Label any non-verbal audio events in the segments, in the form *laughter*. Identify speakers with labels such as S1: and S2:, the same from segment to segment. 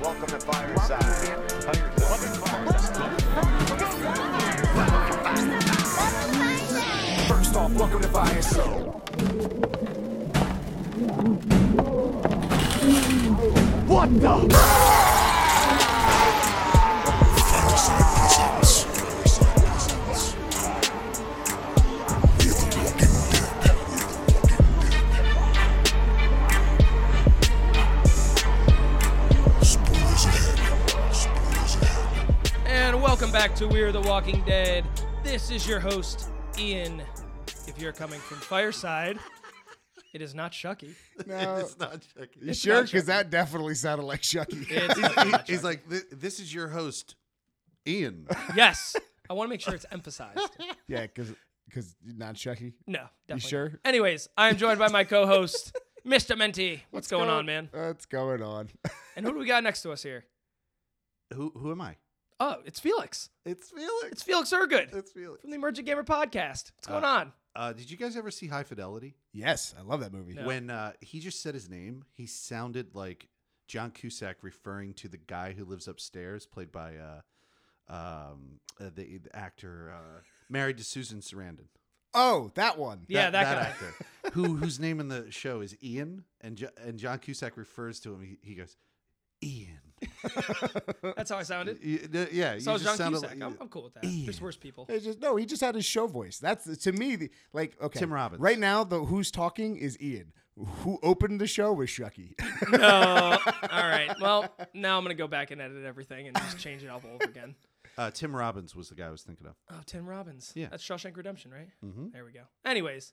S1: Welcome to Fireside. How you doing?
S2: First off, welcome to Fireside. What the?
S3: And welcome back to We're the Walking Dead. This is your host, Ian. If you're coming from Fireside, it is not Shucky.
S4: *laughs*
S5: No.
S4: Oh. It's not Chucky.
S5: You sure? Because that definitely sounded
S4: *laughs*
S5: like Chucky.
S3: It's
S4: He's,
S5: *laughs*
S3: not
S4: he- he's like, "Th- this is your host, Ian.
S3: yes. I want to make sure it's emphasized.
S5: yeah, because because not Chucky.
S3: No, definitely.
S5: sure?
S3: not. Anyways, I am joined by my co-host, *laughs* Mr. Menti. What's, going on, man?
S5: What's going on? *laughs*
S3: And who do we got next to us here?
S4: Who who am I?
S3: Oh, it's Felix.
S4: It's Felix.
S3: It's Felix Ergood
S4: It's Felix.
S3: from the Emergent Gamer Podcast. What's going on?
S4: Uh, did you guys ever see High Fidelity?
S5: Yes, I love that movie.
S3: No.
S4: When uh, he just said his name, he sounded like John Cusack referring to the guy who lives upstairs, played by uh, um, uh, the, the actor uh, married to Susan Sarandon.
S5: Oh, that one.
S3: *laughs* Yeah, that, guy.
S4: actor, who whose name in the show is Ian, and jo- and John Cusack refers to him. He, he goes, Ian.
S3: That's how I sounded.
S4: uh, Y- y- Yeah, you
S3: So is
S4: just
S3: John
S4: sounded
S3: Cusack.
S4: like-
S3: I'm, I'm cool with that. There's worse people.
S5: It's just no. He just had his show voice. That's to me the, like okay.
S4: Tim Robbins.
S5: Right now, the who's talking is Ian. Who opened the show
S4: *laughs*
S5: was Chucky.
S3: No. Oh, All right. Well, now I'm gonna go back and edit everything and just change it all over again.
S4: Uh, Tim Robbins was the guy I was thinking of.
S3: Oh, Tim Robbins.
S4: Yeah.
S3: That's Shawshank Redemption, right? Mm-hmm. There we go. Anyways,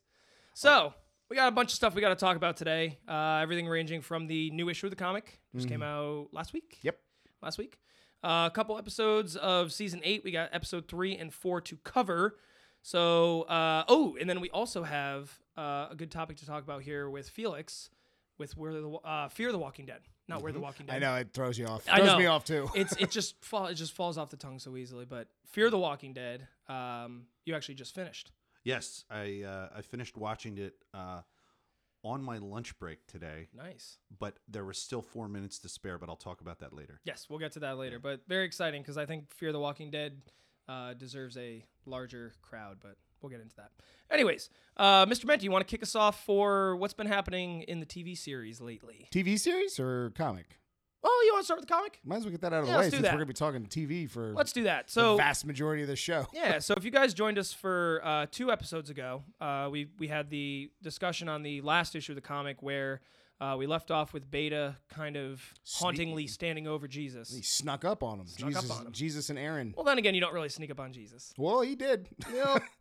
S3: so we got a bunch of stuff we got to talk about today. Uh, everything ranging from the new issue of the comic, just came out last week.
S5: Yep.
S3: Last week. Uh, a couple episodes of season eight. We got episode three and four to cover. So, uh, oh, and then we also have uh, a good topic to talk about here with Felix, with Where the Wa- uh, Fear the Walking Dead, not Where the Walking Dead.
S5: I know it throws you off.
S3: I
S5: Throws
S3: know.
S5: me off too. *laughs*
S3: it's it just fall it just falls off the tongue so easily. But Fear the Walking Dead, um, you actually just finished.
S4: Yes, I uh, I finished watching it uh, on my lunch break today,
S3: Nice.
S4: but there were still four minutes to spare. But I'll talk about that later.
S3: Yes, we'll get to that later. But very exciting because I think Fear the Walking Dead uh, deserves a larger crowd. But we'll get into that. Anyways, uh, Mr. Menti, you want to kick us off for what's been happening in the TV series lately?
S5: TV series or comic?
S3: Well, Oh, you want to start with the comic?
S5: Might as well get that out of
S3: Yeah,
S5: the way
S3: let's do
S5: since
S3: that.
S5: we're gonna be talking TV for
S3: Let's do that.
S5: the
S3: So
S5: vast majority of the show.
S3: yeah so if you guys joined us for uh, two episodes ago uh, we we had the discussion on the last issue of the comic where uh, we left off with beta kind of hauntingly standing over
S5: He
S3: jesus
S5: snuck up on him.
S3: Snuck up
S5: Jesus,
S3: on him.
S5: Jesus and Aaron.
S3: well then again you don't really sneak up on jesus
S5: Well, he did.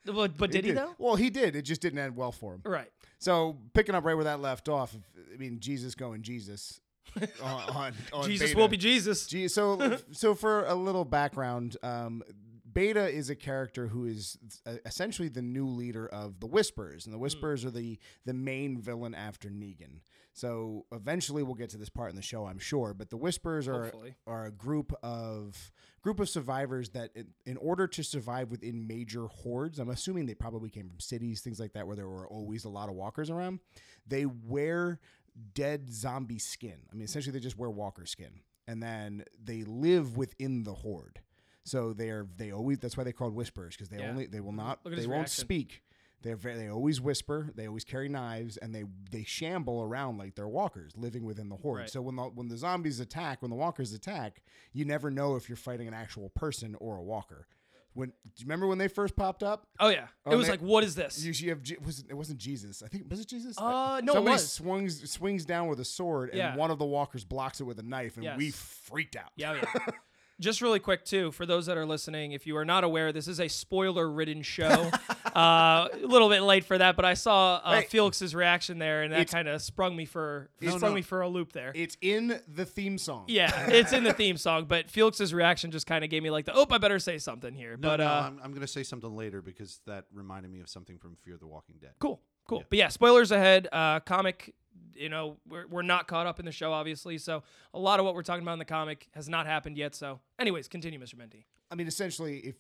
S3: but, but did he, though
S5: Well, *laughs* he did. It just didn't end well for him.
S3: right
S5: So picking up right where that left off, I mean, Jesus
S3: *laughs*
S5: going Jesus on, on, on
S3: jesus
S5: Beta.
S3: will be jesus *laughs*
S5: Gee, so so for a little background, um, Beta is a character who is uh, essentially the new leader of the Whispers,
S3: Hmm.
S5: and the Whispers are the the main villain after Negan. So eventually we'll get to this part in the show, I'm sure. But the Whispers are
S3: Hopefully.
S5: are a group of group of survivors that, in, in order to survive within major hordes, I'm assuming they probably came from cities, things like that, where there were always a lot of walkers around. They wear dead zombie skin. I mean, essentially, they just wear walker skin, and then they live within the horde. So they're they always that's why they are called whisperers because they
S3: Yeah. Mm-hmm.
S5: only they will not
S3: Look at
S5: they
S3: his
S5: won't
S3: reaction.
S5: speak. They're very, they always whisper. They always carry knives, and they they shamble around like they're walkers, living within the horde.
S3: Right.
S5: So when the when the zombies attack, when the walkers attack, you never know if you're fighting an actual person or a walker. When do you remember when they first popped up?
S3: oh yeah
S5: Oh,
S3: it was
S5: man.
S3: like what is this
S5: You, you have Je- was it, it wasn't Jesus? I think was it Jesus?
S3: Uh, no, it
S5: somebody
S3: was.
S5: swings swings down with a sword, and
S3: Yeah.
S5: one of the walkers blocks it with a knife, and we
S3: Yes.
S5: freaked out.
S3: Yeah, yeah. Just really quick too, for those that are listening, if you are not aware, this is a spoiler-ridden show. uh, a little bit late for that, but I saw uh,
S5: Right.
S3: Felix's reaction there, and that
S5: It's-
S3: kind of sprung me for
S5: No,
S3: sprung
S5: no.
S3: me for a loop there.
S5: It's in the theme song.
S3: yeah, it's in the theme song, but Felix's reaction just kind of gave me like the oh, I better say something here.
S4: No,
S3: but
S4: no,
S3: uh,
S4: I'm, I'm going to say something later because that reminded me of something from Fear the Walking Dead.
S3: cool, cool. But yeah, spoilers ahead. Uh, comic, you know, we're we're not caught up in the show, obviously. So a lot of what we're talking about in the comic has not happened yet. So, anyways, continue, Mr. Menti.
S5: I mean, essentially, if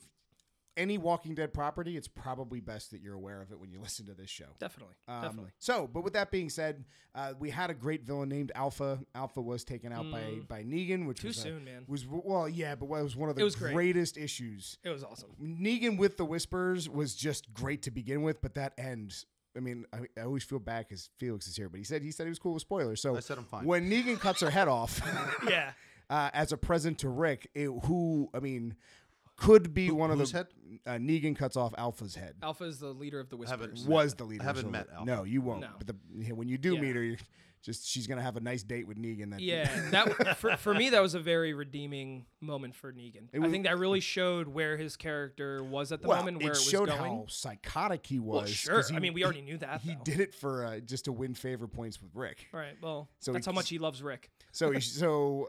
S5: any Walking Dead property, it's probably best that you're aware of it when you *laughs* listen to this show.
S3: Definitely.
S5: Um,
S3: Definitely.
S5: So, but with that being said, uh, we had a great villain named Alpha. Alpha was taken out by by Negan, which
S3: Mm. Too
S5: was a-
S3: soon, man.
S5: Was well, yeah, but was one of the
S3: It was great.
S5: greatest issues.
S3: It was awesome.
S5: Negan with the whispers was just great to begin with, but that end. I mean, I, I always feel bad because Felix is here, but he said he said he was cool with spoilers. So
S4: I said I'm fine.
S5: When Negan cuts her head off, *laughs*
S3: Yeah.
S5: uh, as a present to Rick, it, who I mean, could be one of
S4: whose
S5: the
S4: head?
S5: Uh, Negan cuts off Alpha's head.
S3: *laughs* Alpha is the leader of the
S4: haven't
S5: *laughs*
S3: Whispers.
S4: met-
S5: was the leader.
S4: haven't
S5: so
S4: met
S5: that-
S4: Alpha.
S5: No, you won't.
S3: No.
S5: But the, when you do
S3: Yeah.
S5: meet her, you're just she's gonna have a nice date with Negan. That *laughs*
S3: Yeah, that for, for me that was a very redeeming moment for Negan. I
S5: was-
S3: think that really showed where his character was at the
S5: well,
S3: moment, where
S5: it
S3: it,
S5: showed
S3: was going.
S5: how psychotic he was.
S3: well,
S5: 'cause
S3: sure.
S5: he-
S3: I mean, we
S5: he-
S3: already knew that.
S5: He
S3: though.
S5: did it for uh, just to win favor points with Rick.
S3: All right. Well,
S5: So
S3: that's
S5: he-
S3: how much he loves Rick.
S5: So he- so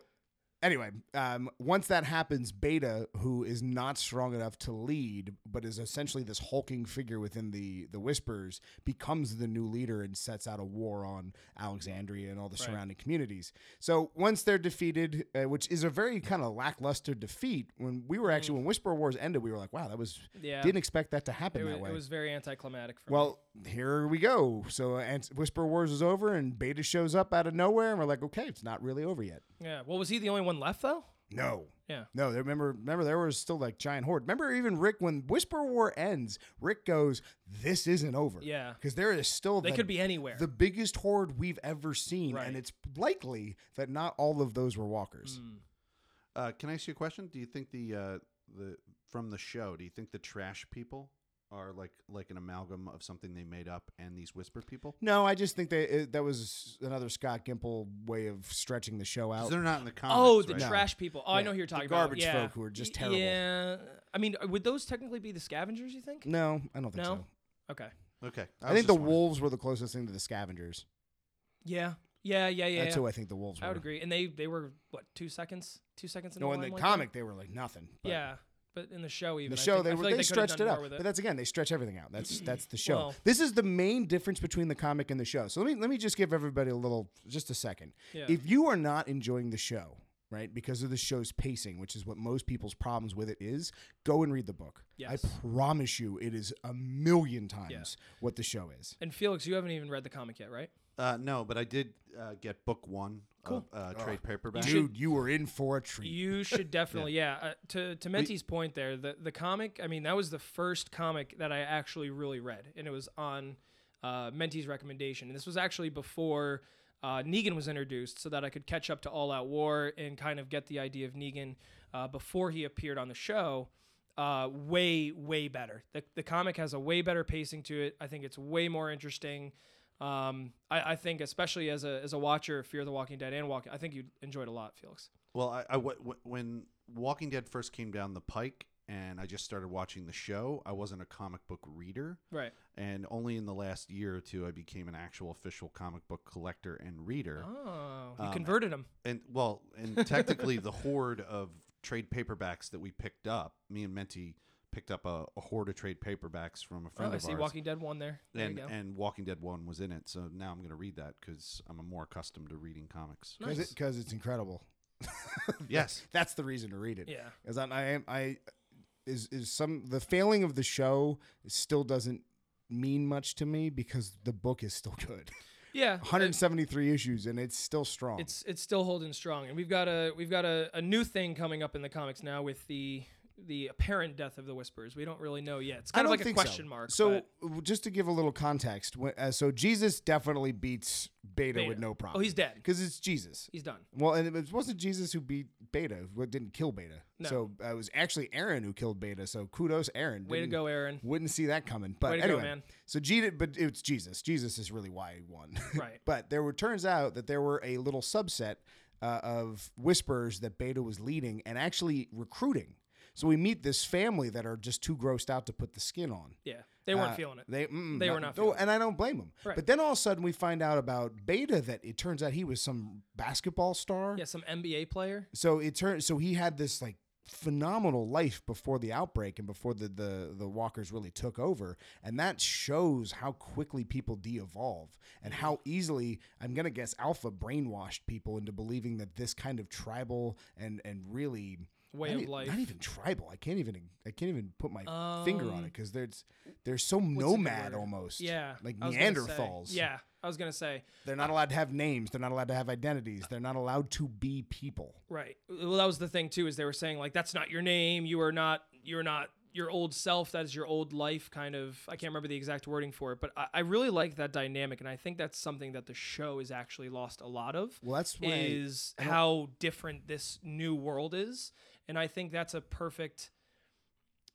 S5: anyway, um, once that happens, Beta, who is not strong enough to lead, but is essentially this hulking figure within the the Whispers, becomes the new leader and sets out a war on Alexandria and all the surrounding communities. So once they're defeated, uh, which is a very kind of lackluster defeat, when we were actually when Whisper Wars ended, we were like, wow, that was
S3: Mm. Yeah.
S5: didn't expect that to
S3: It
S5: happen
S3: was,
S5: that way.
S3: it was very anticlimactic for me.
S5: Well, here we go. So uh, Ant- Whisper Wars is over, and Beta shows up out of nowhere, and we're like, okay, it's not really over yet.
S3: Yeah. Well, was he the only one left though?
S5: No.
S3: Yeah.
S5: No, they remember remember there was still like giant horde. Remember even Rick when Whisper War ends, Rick goes, This isn't over.
S3: Yeah.
S5: Because there is still
S3: They
S5: the-
S3: could be anywhere.
S5: the biggest horde we've ever seen.
S3: Right. Mm.
S5: And it's likely that not all of those were
S3: Hmm.
S5: walkers.
S4: Uh, can I ask you a question? Do you think the uh, the from the show? Do you think the trash people are like like an amalgam of something they made up and these whisper people?
S5: No, I just think that it, that was another Scott Gimple way of stretching the show
S4: 'Cause
S5: out.
S4: they're not in the comics.
S3: Oh, the
S4: right?
S3: trash people. Oh, I know who you're talking
S5: garbage
S3: about. Yeah.
S5: folk who are just
S3: Y-
S5: terrible.
S3: Yeah. I mean, uh, would those technically be the scavengers? You think?
S5: no, I don't think
S3: No?
S5: so.
S3: Okay.
S4: Okay,
S5: I,
S4: was
S5: think the
S4: just wondering.
S5: wolves were the closest thing to the scavengers.
S3: Yeah. Yeah. Yeah. Yeah.
S5: That's
S3: yeah.
S5: who I think the wolves were.
S3: I would agree. And they they were what two seconds? Two seconds in
S5: No,
S3: the
S5: in Oh, the
S3: limelight there?
S5: comic they were like nothing. but-
S3: yeah, but in the show even
S5: the
S3: I
S5: show
S3: think- I
S5: they
S3: feel
S5: were,
S3: like
S5: they
S3: coulda
S5: stretched
S3: done
S5: it
S3: more
S5: out,
S3: with
S5: but that's again they stretch everything out. That's that's the show.
S3: Well-
S5: this is the main difference between the comic and the show. So let me let me just give everybody a little just a second.
S3: Yeah.
S5: If you are not enjoying the show, right, because of the show's pacing, which is what most people's problems with it is, go and read the book.
S3: Yes.
S5: I promise you, it is a million times
S3: Yeah.
S5: what the show is.
S3: and Felix, you haven't even read the comic yet, right?
S4: Uh, no, but I did uh, get book one, cool. uh, trade paperback.
S5: Dude, you were in for a treat.
S3: You should definitely, yeah. Uh, to to Menti's point there, the the comic. I mean, that was the first comic that I actually really read, and it was on uh, Menti's recommendation. And this was actually before uh, Negan was introduced, so that I could catch up to All Out War and kind of get the idea of Negan uh, before he appeared on the show. uh, way way better. The, the comic has a way better pacing to it. I think it's way more interesting. Um, I, I think especially as a as a watcher of Fear the Walking Dead and Walking, I think you enjoyed a lot, Felix.
S4: Well, I, I w- w- when Walking Dead first came down the pike, and I just started watching the show. I wasn't a comic book reader,
S3: Right.
S4: and only in the last year or two I became an actual official comic book collector and reader.
S3: Oh,
S5: Um,
S3: you converted him.
S4: and well,
S3: *laughs*
S4: and technically the horde of trade paperbacks that we picked up, me and Menti picked up a, a horde of trade paperbacks from a
S3: Oh,
S4: friend
S3: I
S4: of
S3: see
S4: ours.
S3: Walking Dead one there. There
S4: and
S3: you go.
S4: and Walking Dead one was in it, so now I'm going to read that because I'm more accustomed to reading comics.
S5: Because
S3: Nice.
S5: it's incredible.
S4: Yes,
S5: That's the reason to read it.
S3: Yeah.
S5: Because I'm, I am I is is some the failing of the show still doesn't mean much to me because the book is still *laughs* good.
S3: yeah.
S5: 173 issues and it's still strong.
S3: It's it's still holding strong, and we've got a we've got a, a new thing coming up in the comics now with the the apparent death of the Whispers. We don't really know yet. It's kind of like a question
S5: so.
S3: mark.
S5: So
S3: but-
S5: w- just to give a little context, when, uh, so Jesus definitely beats Beta, with
S3: Beta.
S5: no
S3: Oh,
S5: problem.
S3: he's dead.
S5: because it's Jesus.
S3: he's done.
S5: Well, and it wasn't Jesus who beat Beta, who didn't kill Beta.
S3: No.
S5: So uh, it was actually Aaron who killed Beta. So kudos, Aaron.
S3: Way to
S5: Didn't-
S3: go,
S5: *laughs*
S3: Aaron.
S5: Wouldn't see that coming. But
S3: Way to go,
S5: anyway,
S3: man.
S5: so Jesus, but it's Jesus. Jesus is really why he won. *laughs*
S3: Right.
S5: but there were turns out that there were a little subset uh, of whispers that Beta was leading and actually recruiting. So we meet this family that are just too grossed out to put the skin on.
S3: Yeah, they weren't
S5: Uh,
S3: feeling it.
S5: They, mm,
S3: They were not
S5: Oh,
S3: feeling it.
S5: and I don't blame them.
S3: Right.
S5: But then all of a sudden we find out about Beta that it turns out he was some basketball star.
S3: yeah, some NBA player.
S5: So it turned. So he had this like phenomenal life before the outbreak and before the the the walkers really took over and that shows how quickly people de-evolve and how easily i'm going to guess alpha brainwashed people into believing that this kind of tribal and and really
S3: way
S5: not
S3: of
S5: e-
S3: life.
S5: Not even tribal. I can't even I can't even put my finger on
S3: Um,
S5: it because there's they're so
S3: good
S5: nomad
S3: word?
S5: almost.
S3: yeah,
S5: like
S3: I was gonna say-
S5: Neanderthals.
S3: Yeah, I was gonna say
S5: they're not allowed to have names. They're not allowed to have identities. They're not allowed to be people.
S3: right. Well, that was the thing too, is they were saying like that's not your name. You are not. You're not your old self. That is your old life. Kind of. I can't remember the exact wording for it, but I, I really like that dynamic, and I think that's something that the show is actually lost a lot of.
S5: Well, that's why
S3: is
S5: don't-
S3: how different this new world is. And I think that's a perfect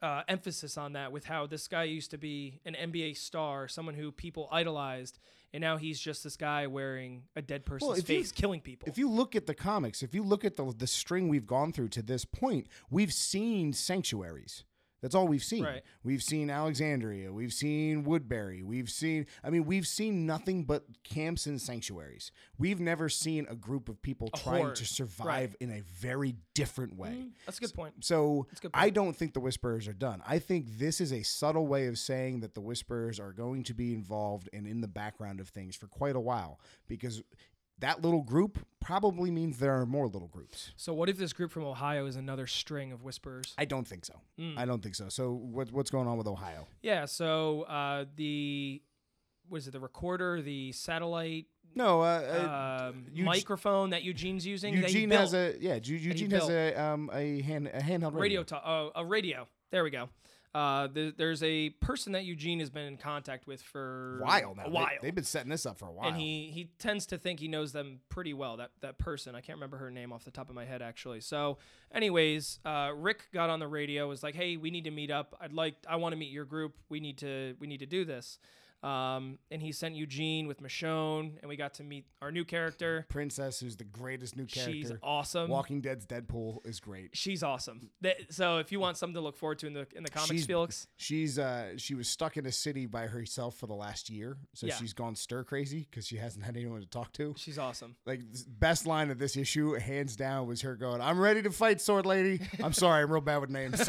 S3: uh, emphasis on that with how this guy used to be an NBA star, someone who people idolized, and now he's just this guy wearing a dead person's
S5: if you-
S3: face, killing people.
S5: If you look at the comics, if you look at the the string we've gone through to this point, we've seen sanctuaries. That's all we've seen.
S3: Right.
S5: We've seen Alexandria. We've seen Woodbury. We've seen. I mean, we've seen nothing but camps and sanctuaries. We've never seen a group of people trying
S3: horde. Mm-hmm.
S5: to survive in a very different way.
S3: that's a good point.
S5: So
S3: good
S5: I don't think the Whisperers are done. I think this is a subtle way of saying that the Whisperers are going to be involved and in the background of things for quite a while because that little group probably means there are more little groups.
S3: So, what if this group from Ohio is another string of whispers?
S5: I don't think so.
S3: Hmm.
S5: I don't think so. So what, what's going on with Ohio?
S3: Yeah. So uh, the what is it? The recorder, the satellite
S5: No, uh, uh,
S3: um,
S5: Eug-
S3: microphone that Eugene's using. that he
S5: Eugene has
S3: built.
S5: a yeah. Ju- Eugene has
S3: built-
S5: a um a hand a handheld
S3: radio,
S5: radio.
S3: talk. Oh, a radio. There we go. Uh, th- there's a person that Eugene has been in contact with for
S5: A while now.
S3: A while.
S5: They, have been setting this up for a while.
S3: and he, he tends to think he knows them pretty well. That that person, I can't remember her name off the top of my head, actually. So, anyways, uh, Rick got on the radio, was like, "Hey, we need to meet up. I'd like, I want to meet your group. We need to, we need to do this." Um, and he sent Eugene with Michonne, and we got to meet our new character.
S5: Princess, who's the greatest new character.
S3: She's awesome.
S5: Walking Dead's Deadpool is great.
S3: She's awesome. That- so, if you want something to look forward to in the in the comics,
S5: She's-
S3: Felix,
S5: She's uh she was stuck in a city by herself for the last year, so
S3: Yeah.
S5: she's gone stir crazy because she hasn't had anyone to talk to.
S3: she's awesome.
S5: Like this- best line of this issue, hands down, was her going, "I'm ready to fight, sword lady." I'm sorry, I'm real bad with
S3: *laughs*
S5: names.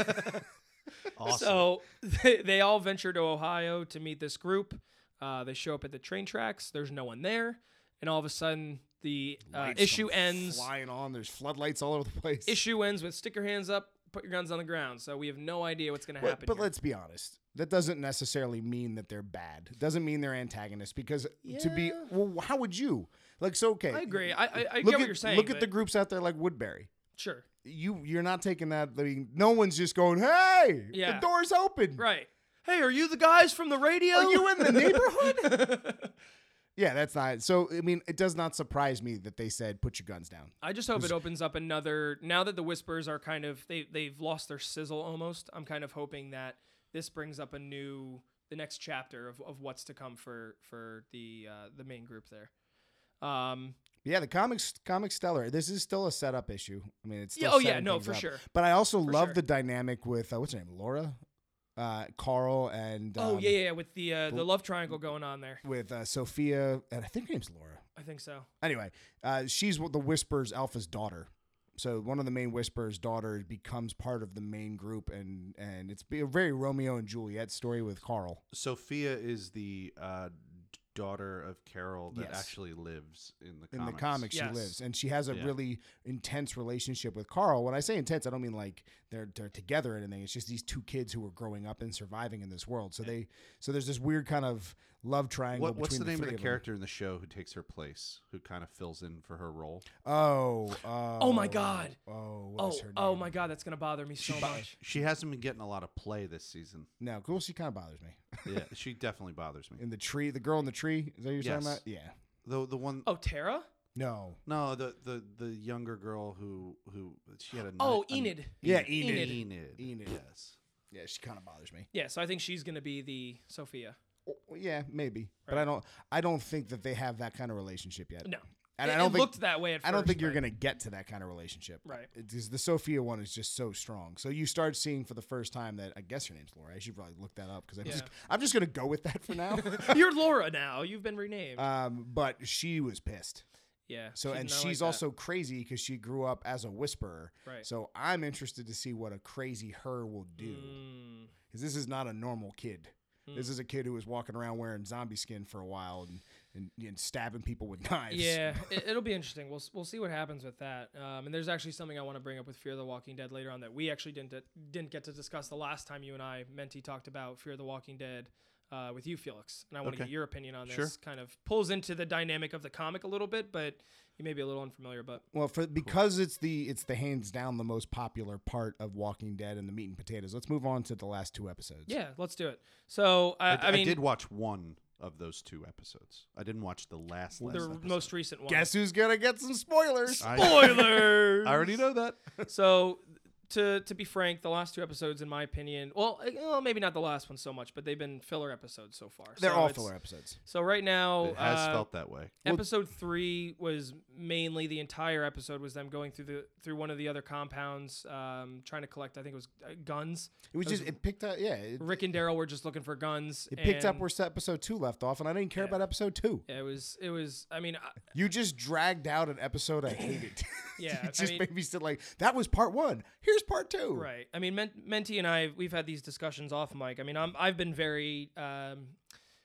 S4: Awesome.
S3: So uh, *laughs* they, they all venture to Ohio to meet this group. Uh, they show up at the train tracks. There's no one there, and all of a sudden the uh,
S5: Lights
S3: issue
S5: come
S3: ends.
S5: flying on. There's floodlights all over the place.
S3: Issue ends with stick your hands up, put your guns on the ground. So we have no idea what's going to
S5: but,
S3: happen.
S5: but
S3: here.
S5: let's be honest. That doesn't necessarily mean that they're bad. It doesn't mean they're antagonists because to be
S3: Yeah.
S5: well, how would you like? So okay,
S3: I agree. I, I, I
S5: Look
S3: get
S5: at
S3: what you're saying.
S5: look at
S3: but
S5: the groups out there like Woodbury.
S3: sure,
S5: you you're not taking that. I mean, no one's just going, "Hey, the
S3: Yeah.
S5: door's open."
S3: right? Hey, are you the guys from the radio?
S5: Are you in the *laughs* neighborhood?
S3: neighborhood?
S5: yeah, that's not. So I mean, it does not surprise me that they said, "Put your guns down."
S3: I just hope it opens up another. Now that the whispers are kind of they they've lost their sizzle almost. I'm kind of hoping that this brings up a new the next chapter of, of what's to come for for the uh, the main group there. Um,
S5: Yeah, the comics comics stellar. This is still a setup issue. I mean, it's still
S3: Yeah, oh, yeah,
S5: setting
S3: no,
S5: things
S3: for
S5: up.
S3: sure.
S5: But I also love
S3: sure.
S5: the dynamic with uh, what's her name, Laura, uh, Carl, and
S3: oh
S5: um,
S3: yeah, yeah, yeah, with the uh, the love triangle going on there.
S5: with uh, Sophia, and I think her name's Laura.
S3: I think so.
S5: Anyway, uh, she's what the Whispers Alpha's daughter. So one of the main Whispers' daughters becomes part of the main group, and and it's be a very Romeo and Juliet story with Carl.
S4: Sophia is the uh, d- daughter of Carol that
S5: Yes.
S4: actually lives in the
S5: In
S4: comics.
S5: the comics,
S3: Yes.
S5: she lives, and she has a
S4: Yeah.
S5: really intense relationship with Carl. When I say intense, I don't mean like they're they're together or anything. It's just these two kids who are growing up and surviving in this world. So they so there's this weird kind of love triangle.
S4: What, what's
S5: between
S4: the name of
S5: three
S4: the
S5: them.
S4: character in the show who takes her place, who kind of fills in for her role?
S5: Oh, oh,
S3: my God.
S5: Oh, what
S3: Oh
S5: was her name?
S3: oh my god, that's gonna bother me so much.
S4: She hasn't been getting a lot of play this
S5: *laughs*
S4: season.
S5: No, cool. She kind of bothers me.
S4: Yeah, she definitely bothers me.
S5: In the tree, the girl in the tree. Is that what you're talking
S4: Yes.
S5: about? Yeah.
S4: The the one
S3: Oh Tara.
S5: No.
S4: no the the the younger girl who who she had a
S3: Oh
S4: night- a-
S3: Enid.
S5: Yeah,
S4: Enid
S5: Enid.
S4: Enid
S5: Enid.
S4: yes
S5: Yeah, she kind of bothers me.
S3: Yeah, so I think she's gonna be the Sophia.
S5: yeah, maybe, but I don't. I don't think that they have that kind of relationship yet.
S3: No,
S5: and
S3: it,
S5: I don't
S3: it
S5: think.
S3: looked that way at first.
S5: I don't think you're
S3: but-
S5: going to get to that kind of relationship.
S3: Right.
S5: Because the Sophia one is just so strong. So you start seeing for the first time that I guess her name's Laura. I should probably look that up because I'm just
S3: Yeah.
S5: I'm just going to go with that for now. *laughs*
S3: *laughs* You're Laura now. You've been renamed.
S5: um, but she was pissed.
S3: yeah.
S5: So
S3: did
S5: and
S3: not like
S5: she's
S3: that.
S5: also crazy because she grew up as a whisperer.
S3: Right.
S5: So I'm interested to see what a crazy her will do.
S3: Mm.
S5: because this is not a normal kid. This is a kid who was walking around wearing zombie skin for a while and and, and stabbing people with *laughs* knives.
S3: Yeah, it, will be interesting. We'll s- we'll see what happens with that. Um, and there's actually something I want to bring up with Fear the Walking Dead later on that we actually didn't didn't get to discuss the last time you and I Menti talked about Fear the Walking Dead uh, with you, Felix. And I want to
S4: Okay.
S3: get your opinion on this.
S4: Sure.
S3: Kind of pulls into the dynamic of the comic a little bit, but you may be a little unfamiliar. But
S5: Well, for because it's the it's the hands down the most popular part of Walking Dead and the meat and potatoes. Let's move on to the last two episodes.
S3: yeah, let's do it. So I, I,
S4: I
S3: mean,
S4: did watch one of those two episodes. I didn't watch the last. last
S3: the
S4: episode.
S3: most recent one.
S5: Guess who's gonna get some spoilers?
S4: I-
S3: Spoilers.
S4: *laughs* I already know that.
S3: so to to be frank, the last two episodes, in my opinion, well, eh, well, maybe not the last one so much, but they've been filler episodes so far.
S5: They're
S3: so
S5: all
S3: it's-
S5: filler episodes.
S3: So right now,
S4: It has
S3: uh,
S4: felt that way.
S3: episode three was mainly the entire episode was them going through the through one of the other compounds, um, trying to collect. I think it was uh, guns.
S5: It was just it picked up. Yeah, it,
S3: Rick and Daryl were just looking for guns.
S5: it picked up
S3: and-
S5: where episode two left off, and I didn't care about episode two.
S3: Yeah, it was. It was. I mean, uh, I,
S5: You just dragged out an episode I hated. *laughs*
S3: *laughs* Yeah,
S5: you
S3: I
S5: just
S3: mean-
S5: made me sit like that was part one. Here's part two.
S3: Right. I mean, Men- Menti and I, we've had these discussions off mic. I mean, I'm, I've been very um,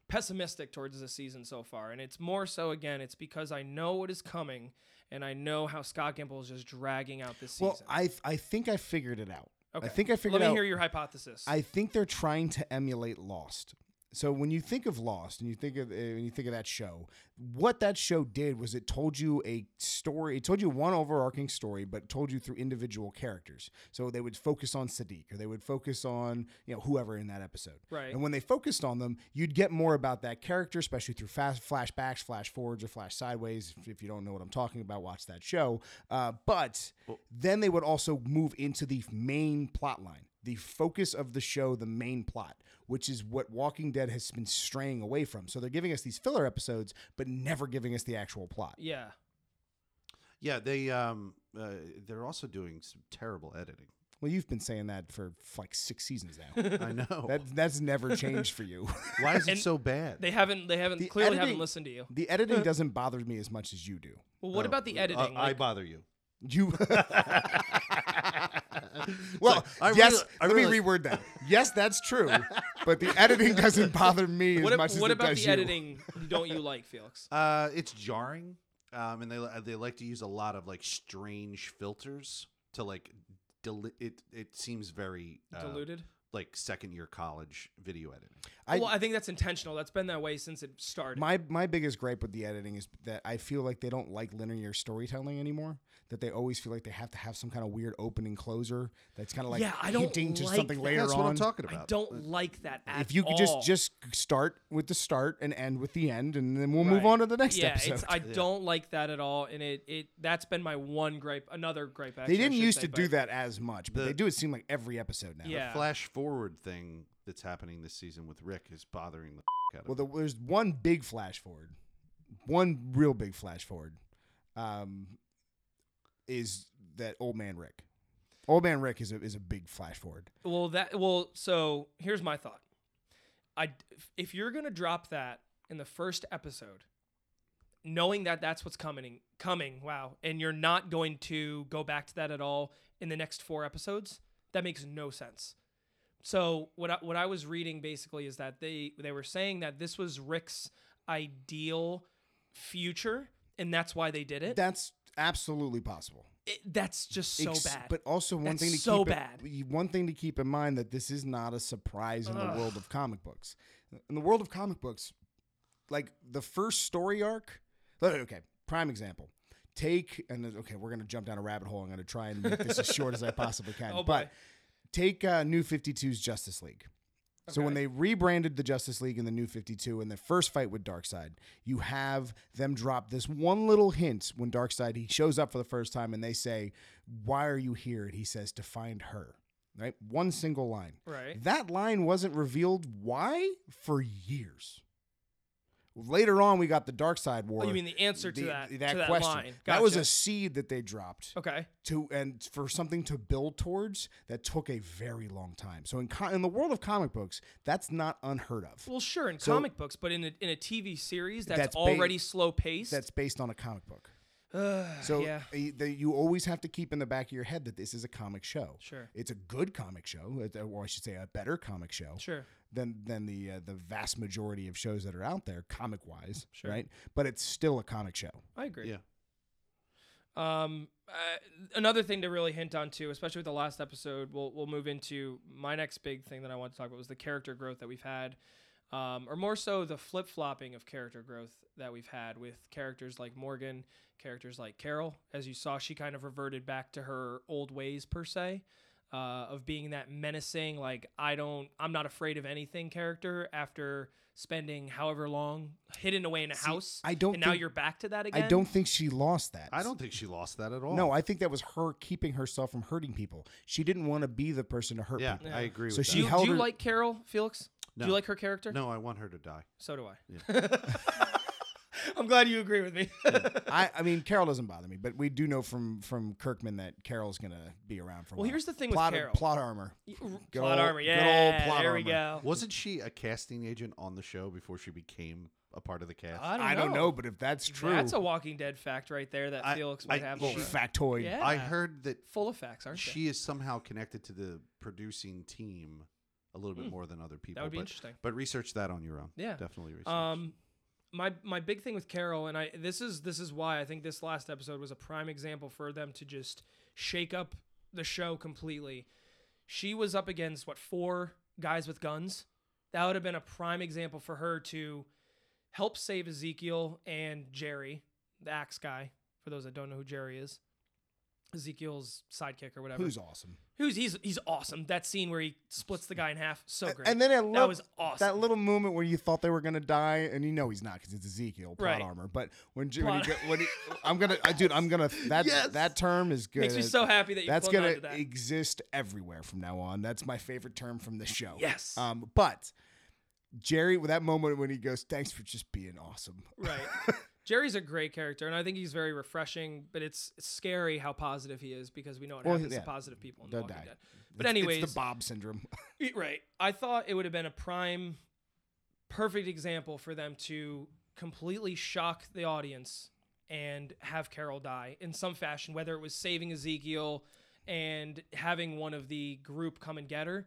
S3: pessimistic towards this season so far. And it's more so, again, it's because I know what is coming and I know how Scott Gimple is just dragging out this
S5: Well,
S3: season.
S5: I I think I figured it out.
S3: okay.
S5: I think I
S3: Let
S5: figured
S3: me
S5: out.
S3: hear your hypothesis.
S5: I think they're trying to emulate Lost. So when you think of Lost and you think of uh, when you think of that show, what that show did was it told you a story. It told you one overarching story, but told you through individual characters. So they would focus on Sadiq, or they would focus on you know whoever in that episode.
S3: Right.
S5: And when they focused on them, you'd get more about that character, especially through fast flashbacks, flash forwards, or flash sideways. If, if you don't know what I'm talking about, watch that show. Uh, but then they would also move into the main plot line, the focus of the show, the main plot, which is what Walking Dead has been straying away from. So they're giving us these filler episodes, but never giving us the actual plot.
S3: yeah.
S4: Yeah, they um, uh, they're also doing some terrible editing.
S5: Well, you've been saying that for like six seasons now.
S4: *laughs* I know.
S5: that, that's never changed for you.
S4: Why is it
S3: And
S4: so bad?
S3: They haven't, they haven't,
S5: The
S3: clearly haven't
S5: editing-
S3: listened to you.
S5: the editing doesn't bother me as much as you do.
S3: Well, what
S4: Oh,
S3: about the
S4: uh,
S3: editing?
S4: I
S3: Like,
S4: bother *laughs* you.
S5: You. *laughs*
S4: It's
S5: Well,
S4: like, I
S5: yes.
S4: really- I
S5: let
S4: really-
S5: me
S3: *laughs*
S5: reword that. Yes, that's true, but the editing doesn't bother me as
S3: what, ab-
S5: much as
S3: what
S5: it
S3: about
S5: does
S3: the
S5: you.
S3: editing don't you like,
S5: *laughs*
S3: Felix?
S4: *laughs* Uh, it's jarring, um, and they li- they like to use a lot of like strange filters to like deli- it. It seems very uh,
S3: Diluted?
S4: like second year college video editing.
S5: I-
S3: well, I think that's intentional. That's been that way since it started.
S5: My my biggest gripe with the editing is that I feel like they don't like linear storytelling anymore. That they always feel like they have to have some kind of weird opening closer that's kind of like
S3: Yeah, I don't
S5: hinting to
S3: like
S5: something
S3: that.
S5: later
S4: That's what
S5: on.
S4: I'm talking
S3: I
S4: about.
S3: don't like that at
S5: if you could
S3: all.
S5: just just start with the start and end with the end, and then we'll move
S3: Right.
S5: on to the next
S3: yeah,
S5: episode.
S3: It's, I don't like that at all, and it, it that's been my one gripe. Another gripe. Actually,
S5: they
S3: I
S5: didn't
S3: should
S5: used
S3: say,
S5: to do
S3: but-
S5: that as much, but
S4: The-
S5: they do it seem like every episode now.
S3: Yeah.
S4: Flash forward thing that's happening this season with Rick is bothering the f- out of
S5: Well,
S4: me.
S5: the, there's one big flash forward, one real big flash forward, um, is that old man Rick. Old man Rick is a is a big flash forward.
S3: Well, that well. So here's my thought. I if you're gonna drop that in the first episode, knowing that that's what's coming, coming. Wow, and you're not going to go back to that at all in the next four episodes. That makes no sense. So what I, what I was reading basically is that they they were saying that this was Rick's ideal future, and that's why they did it.
S5: That's absolutely possible.
S3: it that's just so
S5: Ex-
S3: bad.
S5: But also one
S3: That's
S5: thing to
S3: so
S5: keep in-
S3: bad.
S5: y- one thing to keep in mind that this is not a surprise in the world of comic books. In the world of comic books, like the first story arc, oh, okay, prime example. Take and then- okay, we're gonna jump down a rabbit hole. I'm gonna try and make this as short
S3: *laughs*
S5: as I possibly can.
S3: Oh, boy.
S5: but take uh, New 52's Justice League. So when
S3: Okay.
S5: they rebranded the Justice League in the New 52 in the first fight with Darkseid, you have them drop this one little hint when Darkseid he shows up for the first time and they say, "Why are you here?" and he says, "To find her." Right? One single line.
S3: Right.
S5: That line wasn't revealed why for years. Later on we got the Darkseid war.
S3: Oh, you mean the answer to
S5: the-
S3: that, to that line?
S5: That was
S3: Gotcha.
S5: a seed that they dropped
S3: okay.
S5: to and for something to build towards that took a very long time. So in co- in the world of comic books, that's not unheard of.
S3: Well, sure, in
S5: So-
S3: comic books, but in a, in a TV series that's,
S5: That's
S3: *sighs*
S5: ba-
S3: already slow paced.
S5: that's based on a comic book. So
S3: Uh, yeah.
S5: y- the, you always have to keep in the back of your head that this is a comic show.
S3: Sure.
S5: it's a good comic show, uh, or I should say, a better comic show.
S3: Sure.
S5: than than the uh, the vast majority of shows that are out there, comic wise.
S3: Sure.
S5: Right, but it's still a comic show.
S3: I agree.
S4: Yeah.
S3: Um, uh, another thing to really hint on too, especially with the last episode, we'll we'll move into my next big thing that I want to talk about was the character growth that we've had, um, or more so the flip flopping of character growth that we've had with characters like Morgan, characters like Carol. As you saw, she kind of reverted back to her old ways per se. Uh, of being that menacing, like I don't, I'm not afraid of anything character. After spending however long hidden away in a house,
S5: I don't
S3: And now
S5: think-
S3: you're back to that again.
S5: I don't think she lost that.
S4: I don't think she lost that at all.
S5: No, I think that was her keeping herself from hurting people. She didn't want to be the person to hurt
S4: Yeah,
S5: people.
S4: I agree.
S5: So
S4: with
S5: she
S3: Do you,
S4: that.
S5: held
S3: do you
S5: her-
S3: like Carol Felix? Do you
S4: No.
S3: like her character?
S4: No, I want her to die.
S3: So do I. *laughs* I'm glad you agree with me.
S5: I, I mean, Carol doesn't bother me, but we do know from from Kirkman that Carol's gonna be around for. a
S3: Well,
S5: while.
S3: here's the thing with
S5: plot,
S3: Carol.
S5: plot armor. Good
S3: plot
S5: old-
S3: armor.
S5: good old
S3: Yeah.
S5: plot
S3: there we go.
S5: armor.
S4: Wasn't she a casting agent on the show before she became a part of the cast?
S3: I don't,
S5: I don't
S3: know.
S5: know, but if that's true,
S3: That's a Walking Dead fact right there that
S4: I-
S3: Felix
S4: I-
S3: might have.
S4: well,
S3: over-
S5: factoid.
S3: yeah.
S4: I heard that
S3: Full of facts, aren't they?
S4: she is somehow connected to the producing team a little bit more than other people.
S3: Hmm. would be
S4: but,
S3: interesting.
S4: But research that on your own.
S3: Yeah.
S4: definitely research.
S3: Um, my my big thing with Carol, and I this is this is why I think this last episode was a prime example for them to just shake up the show completely. She was up against what four guys with guns. That would have been a prime example for her to help save Ezekiel and Jerry, the axe guy. For those that don't know who Jerry is, Ezekiel's sidekick or whatever.
S5: who's awesome.
S3: Who's- he's he's awesome. That scene where he splits the guy in half, so great.
S5: And then I
S3: that
S5: love
S3: was awesome.
S5: that little moment where you thought they were gonna die, and you know he's not because it's Ezekiel plot
S3: Right.
S5: armor. But when, Ju- when, he,
S3: Plot-
S5: go- when he, I'm gonna, I, dude, I'm gonna
S3: *laughs*
S5: that
S4: Yes.
S5: that term is good.
S3: Makes me so happy that you
S5: That's
S3: clung on
S5: gonna
S3: to that.
S5: exist everywhere from now on. That's my favorite term from the show.
S3: Yes.
S5: Um, but Jerry, with that moment when he goes, "Thanks for just being awesome." *laughs*
S3: Right. Jerry's a great character, and I think he's very refreshing. But it's it's scary how positive he is because we know what
S5: Well,
S3: happens
S5: yeah.
S3: to positive people in The
S5: They'll
S3: Walking
S5: die.
S3: Dead. But
S5: It's-
S3: anyways,
S5: it's the
S3: *laughs*
S5: Bob syndrome.
S3: Y- Right. I thought it would have been a prime, perfect example for them to completely shock the audience and have Carol die in some fashion, whether it was saving Ezekiel and having one of the group come and get her.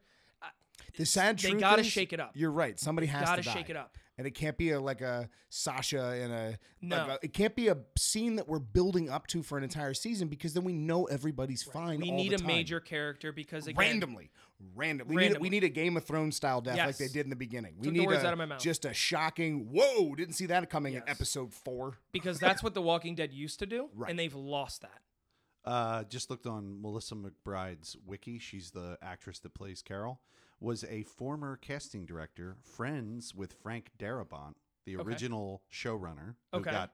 S5: The sad
S3: They
S5: truth
S3: gotta
S5: is,
S3: shake it up.
S5: You're right. Somebody has
S3: gotta
S5: to die.
S3: shake it up.
S5: and it can't be a, like a Sasha and a
S3: No.
S5: like a- it can't be a scene that we're building up to for an entire season because then we know everybody's fine.
S3: We
S5: all
S3: need
S5: the
S3: a
S5: time.
S3: major character because again,
S5: randomly, randomly. We,
S3: Randomly.
S5: Need, we need a Game of Thrones style death like they
S3: Yes.
S5: did in the beginning. We
S3: Took the
S5: need
S3: words
S5: a,
S3: out of my mouth.
S5: just a shocking whoa! Didn't see that coming in
S3: Yes.
S5: episode four.
S3: because that's what The Walking Dead used to do,
S5: *laughs* Right.
S3: and they've lost that.
S4: Uh, just looked on Melissa McBride's wiki. She's the actress that plays Carol. Was a former casting director, friends with Frank Darabont, the
S3: Okay.
S4: original showrunner. who
S3: Okay.
S4: got-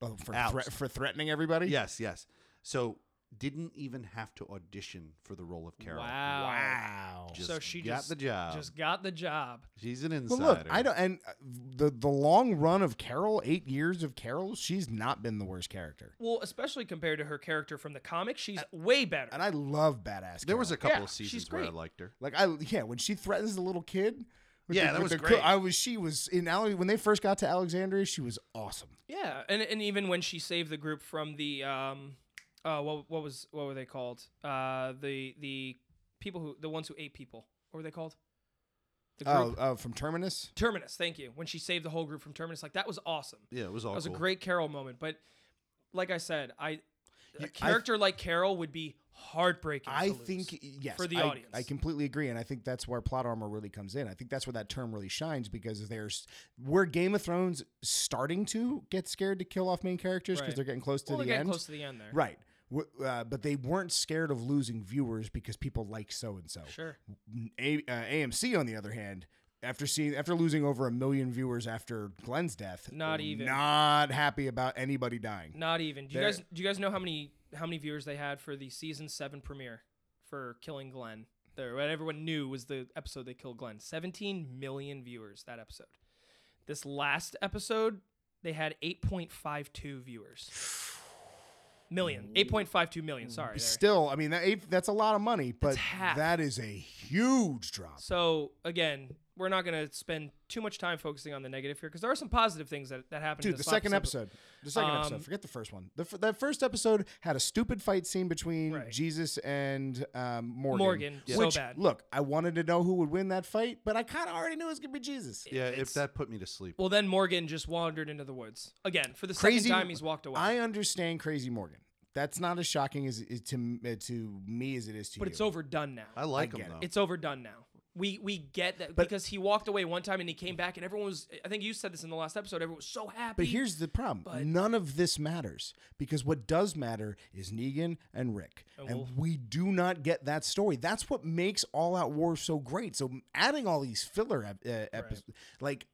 S5: Oh, for
S4: Ouch.
S5: thre- for threatening everybody.
S4: yes, yes. So didn't even have to audition for the role of Carol.
S3: Wow.
S5: Wow.
S4: Just
S3: so she
S4: got
S3: just
S4: the job.
S3: Just got the job.
S4: She's an insider.
S5: Well, look, I don't, and uh, the the long run of Carol, eight years of Carol, she's not been the worst character.
S3: Well, especially compared to her character from the comic, she's way better.
S5: And Uh, I love badass.
S4: There was
S5: Carol.
S4: a couple
S3: Yeah,
S4: of
S3: she's
S4: seasons where I
S3: great.
S4: liked her.
S5: Like I yeah, when she threatens the little kid. with
S4: Yeah,
S5: the-
S4: that
S5: with
S4: was
S5: the coo-
S4: great.
S5: I was she was in Ale- when they first got to Alexandria, she was awesome.
S3: Yeah, and and even when she saved the group from the um, uh, what what was what were they called? Uh, the the people who the ones who ate people. What were they called? The group
S5: Oh, uh, from Terminus.
S3: Terminus. Thank you. When she saved the whole group from Terminus, like that was awesome.
S4: Yeah, it was all
S3: that was
S4: cool.
S3: a great Carol moment. But like I said, I a
S5: I-
S3: character like Carol would be heartbreaking. to
S5: I
S3: lose.
S5: think yes,
S3: for the
S5: I,
S3: audience.
S5: I completely agree, and I think that's where plot armor really comes in. I think that's where that term really shines because there's where Game of Thrones starting to get scared to kill off main characters because
S3: Right.
S5: they're getting close to
S3: well,
S5: the
S3: they're getting
S5: end.
S3: close to the end there.
S5: Right. W- Uh, but they weren't scared of losing viewers because people like so and so.
S3: Sure.
S5: A- uh, AMC, on the other hand, after seeing after losing over a million viewers after Glenn's death,
S3: Not even.
S5: not happy about anybody dying.
S3: Not even. Do you
S5: They're-
S3: guys do you guys know how many how many viewers they had for the season seven premiere for Killing Glenn? There, what everyone knew was the episode they killed Glenn. Seventeen million viewers that episode. This last episode, they had eight point five two viewers. Million. Eight point five two million. Sorry. there.
S5: Still, I mean that, that's a lot of money, but
S3: half.
S5: that is a huge drop.
S3: So again, we're not going to spend too much time focusing on the negative here because there are some positive things that that happened. in
S5: Dude, the
S3: this
S5: second
S3: last
S5: episode. The second
S3: Um,
S5: episode. Forget the first one. The f- that first episode had a stupid fight scene between
S3: Right.
S5: Jesus and um, Morgan.
S3: Morgan, so
S5: which,
S3: bad.
S5: Look, I wanted to know who would win that fight, but I kind of already knew it was gonna be Jesus.
S4: Yeah,
S3: It's-
S4: if that put me to sleep.
S3: Well, then Morgan just wandered into the woods again for the
S5: Crazy.
S3: second time. He's walked away,
S5: I understand Crazy Morgan. That's not as shocking as, as to uh, to me as it is to
S3: but
S5: you.
S3: it's overdone now.
S4: I like him
S5: get it.
S4: though.
S3: it's overdone now. We we get that because he walked away one time and he came back and everyone was. I think you said this in the last episode. Everyone was so happy.
S5: But here's the problem.
S3: but-
S5: None of this matters because what does matter is Negan and Rick. And
S3: Oh, we'll-
S5: we do not get that story. That's what makes All Out War so great. So adding all these filler ep- uh, episodes, like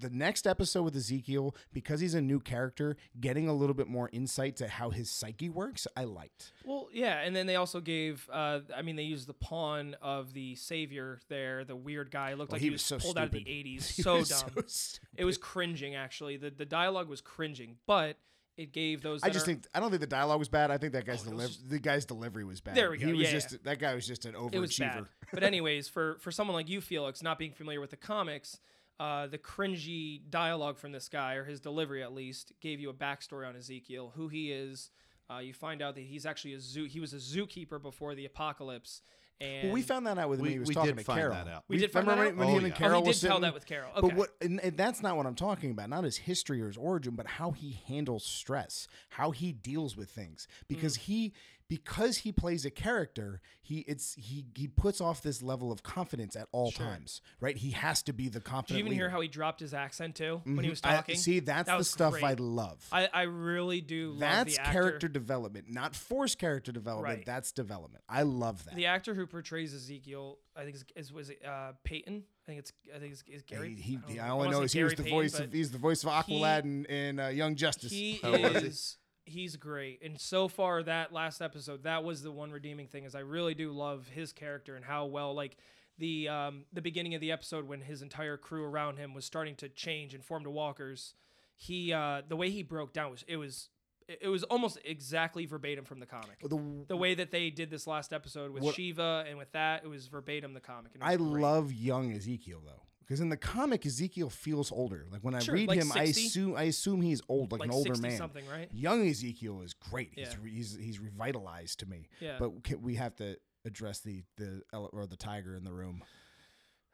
S5: the next episode with Ezekiel, because he's a new character, getting a little bit more insight to how his psyche works, I liked. *laughs*
S3: Well, yeah, and then they also gave. Uh, I mean, they used the pawn of the savior there, the weird guy. Looked like he, was, pulled out of the
S5: stupid.
S3: '80s.
S5: *laughs* He
S3: so dumb.
S5: was so stupid.
S3: it was cringing. Actually, the the dialogue was cringing, but it gave those.
S5: I
S3: that
S5: just
S3: are-
S5: think I don't think the dialogue was bad. I think that guy's deliver the guy's delivery was bad.
S3: There we go.
S5: He was
S3: Yeah,
S5: just
S3: yeah.
S5: that guy was just an overachiever.
S3: it was bad. *laughs* but anyways, for for someone like you, Felix, not being familiar with the comics, uh, the cringy dialogue from this guy or his delivery at least gave you a backstory on Ezekiel, who he is. Uh, you find out that he's actually a zoo. He was a zookeeper before the apocalypse. And
S5: Well, we found that out with when
S4: We-
S5: he was
S4: we
S5: talking
S4: did
S5: to
S4: find
S5: Carol.
S4: that out.
S3: We did find
S5: remember
S3: that
S5: when,
S3: out?
S5: when
S4: Oh,
S5: he and
S4: yeah.
S5: Carol
S3: Oh, he
S5: was
S3: did tell
S5: sitting-
S3: that with Carol.
S5: But
S3: Okay.
S5: what? And, and that's not what I'm talking about. Not his history or his origin, but how he handles stress, how he deals with things. Because
S3: Mm.
S5: he, because he plays a character, he it's he he puts off this level of confidence at all times. Right? He has to be the
S3: Did
S5: confident.
S3: you even hear
S5: leader. Mm-hmm.
S3: how he dropped his accent too when he was
S5: I-
S3: talking?
S5: see, that's
S3: That
S5: the
S3: was
S5: stuff I
S3: great.
S5: love.
S3: I, I really do love
S5: that's
S3: the actor.
S5: character development, not forced character development.
S3: Right.
S5: That's development. I love that.
S3: The actor who portrays Ezekiel, I think is, is was it uh, Peyton? I think it's I think it's, it's Gary.
S5: He,
S3: I don't
S5: he,
S3: know.
S5: I
S3: I
S5: all I
S3: wanna
S5: know
S3: say
S5: is he was
S3: Gary
S5: the
S3: Payton,
S5: voice
S3: but
S5: of he's the voice of
S3: he-
S5: Aqualad and in uh, Young Justice.
S3: He
S4: Oh, was he?
S3: is he's great. And so far that last episode, that was the one redeeming thing is I really do love his character and how well like the um the beginning of the episode when his entire crew around him was starting to change and form to walkers, he uh the way he broke down was it was it was almost exactly verbatim from the comic.
S5: The-
S3: The way that they did this last episode with
S5: What-
S3: Shiva and with that, it was verbatim the comic. And it was
S5: I
S3: great.
S5: love young Ezekiel though, because in the comic Ezekiel feels older. Like when I
S3: Sure,
S5: read
S3: like
S5: him, I
S3: 60?
S5: assume I assume he's old, like,
S3: like
S5: an older
S3: 60
S5: man.
S3: something, right?
S5: Young Ezekiel is great. He's,
S3: Yeah.
S5: re- he's he's revitalized to me.
S3: Yeah.
S5: But can, we have to address the the ele- or the tiger in the room.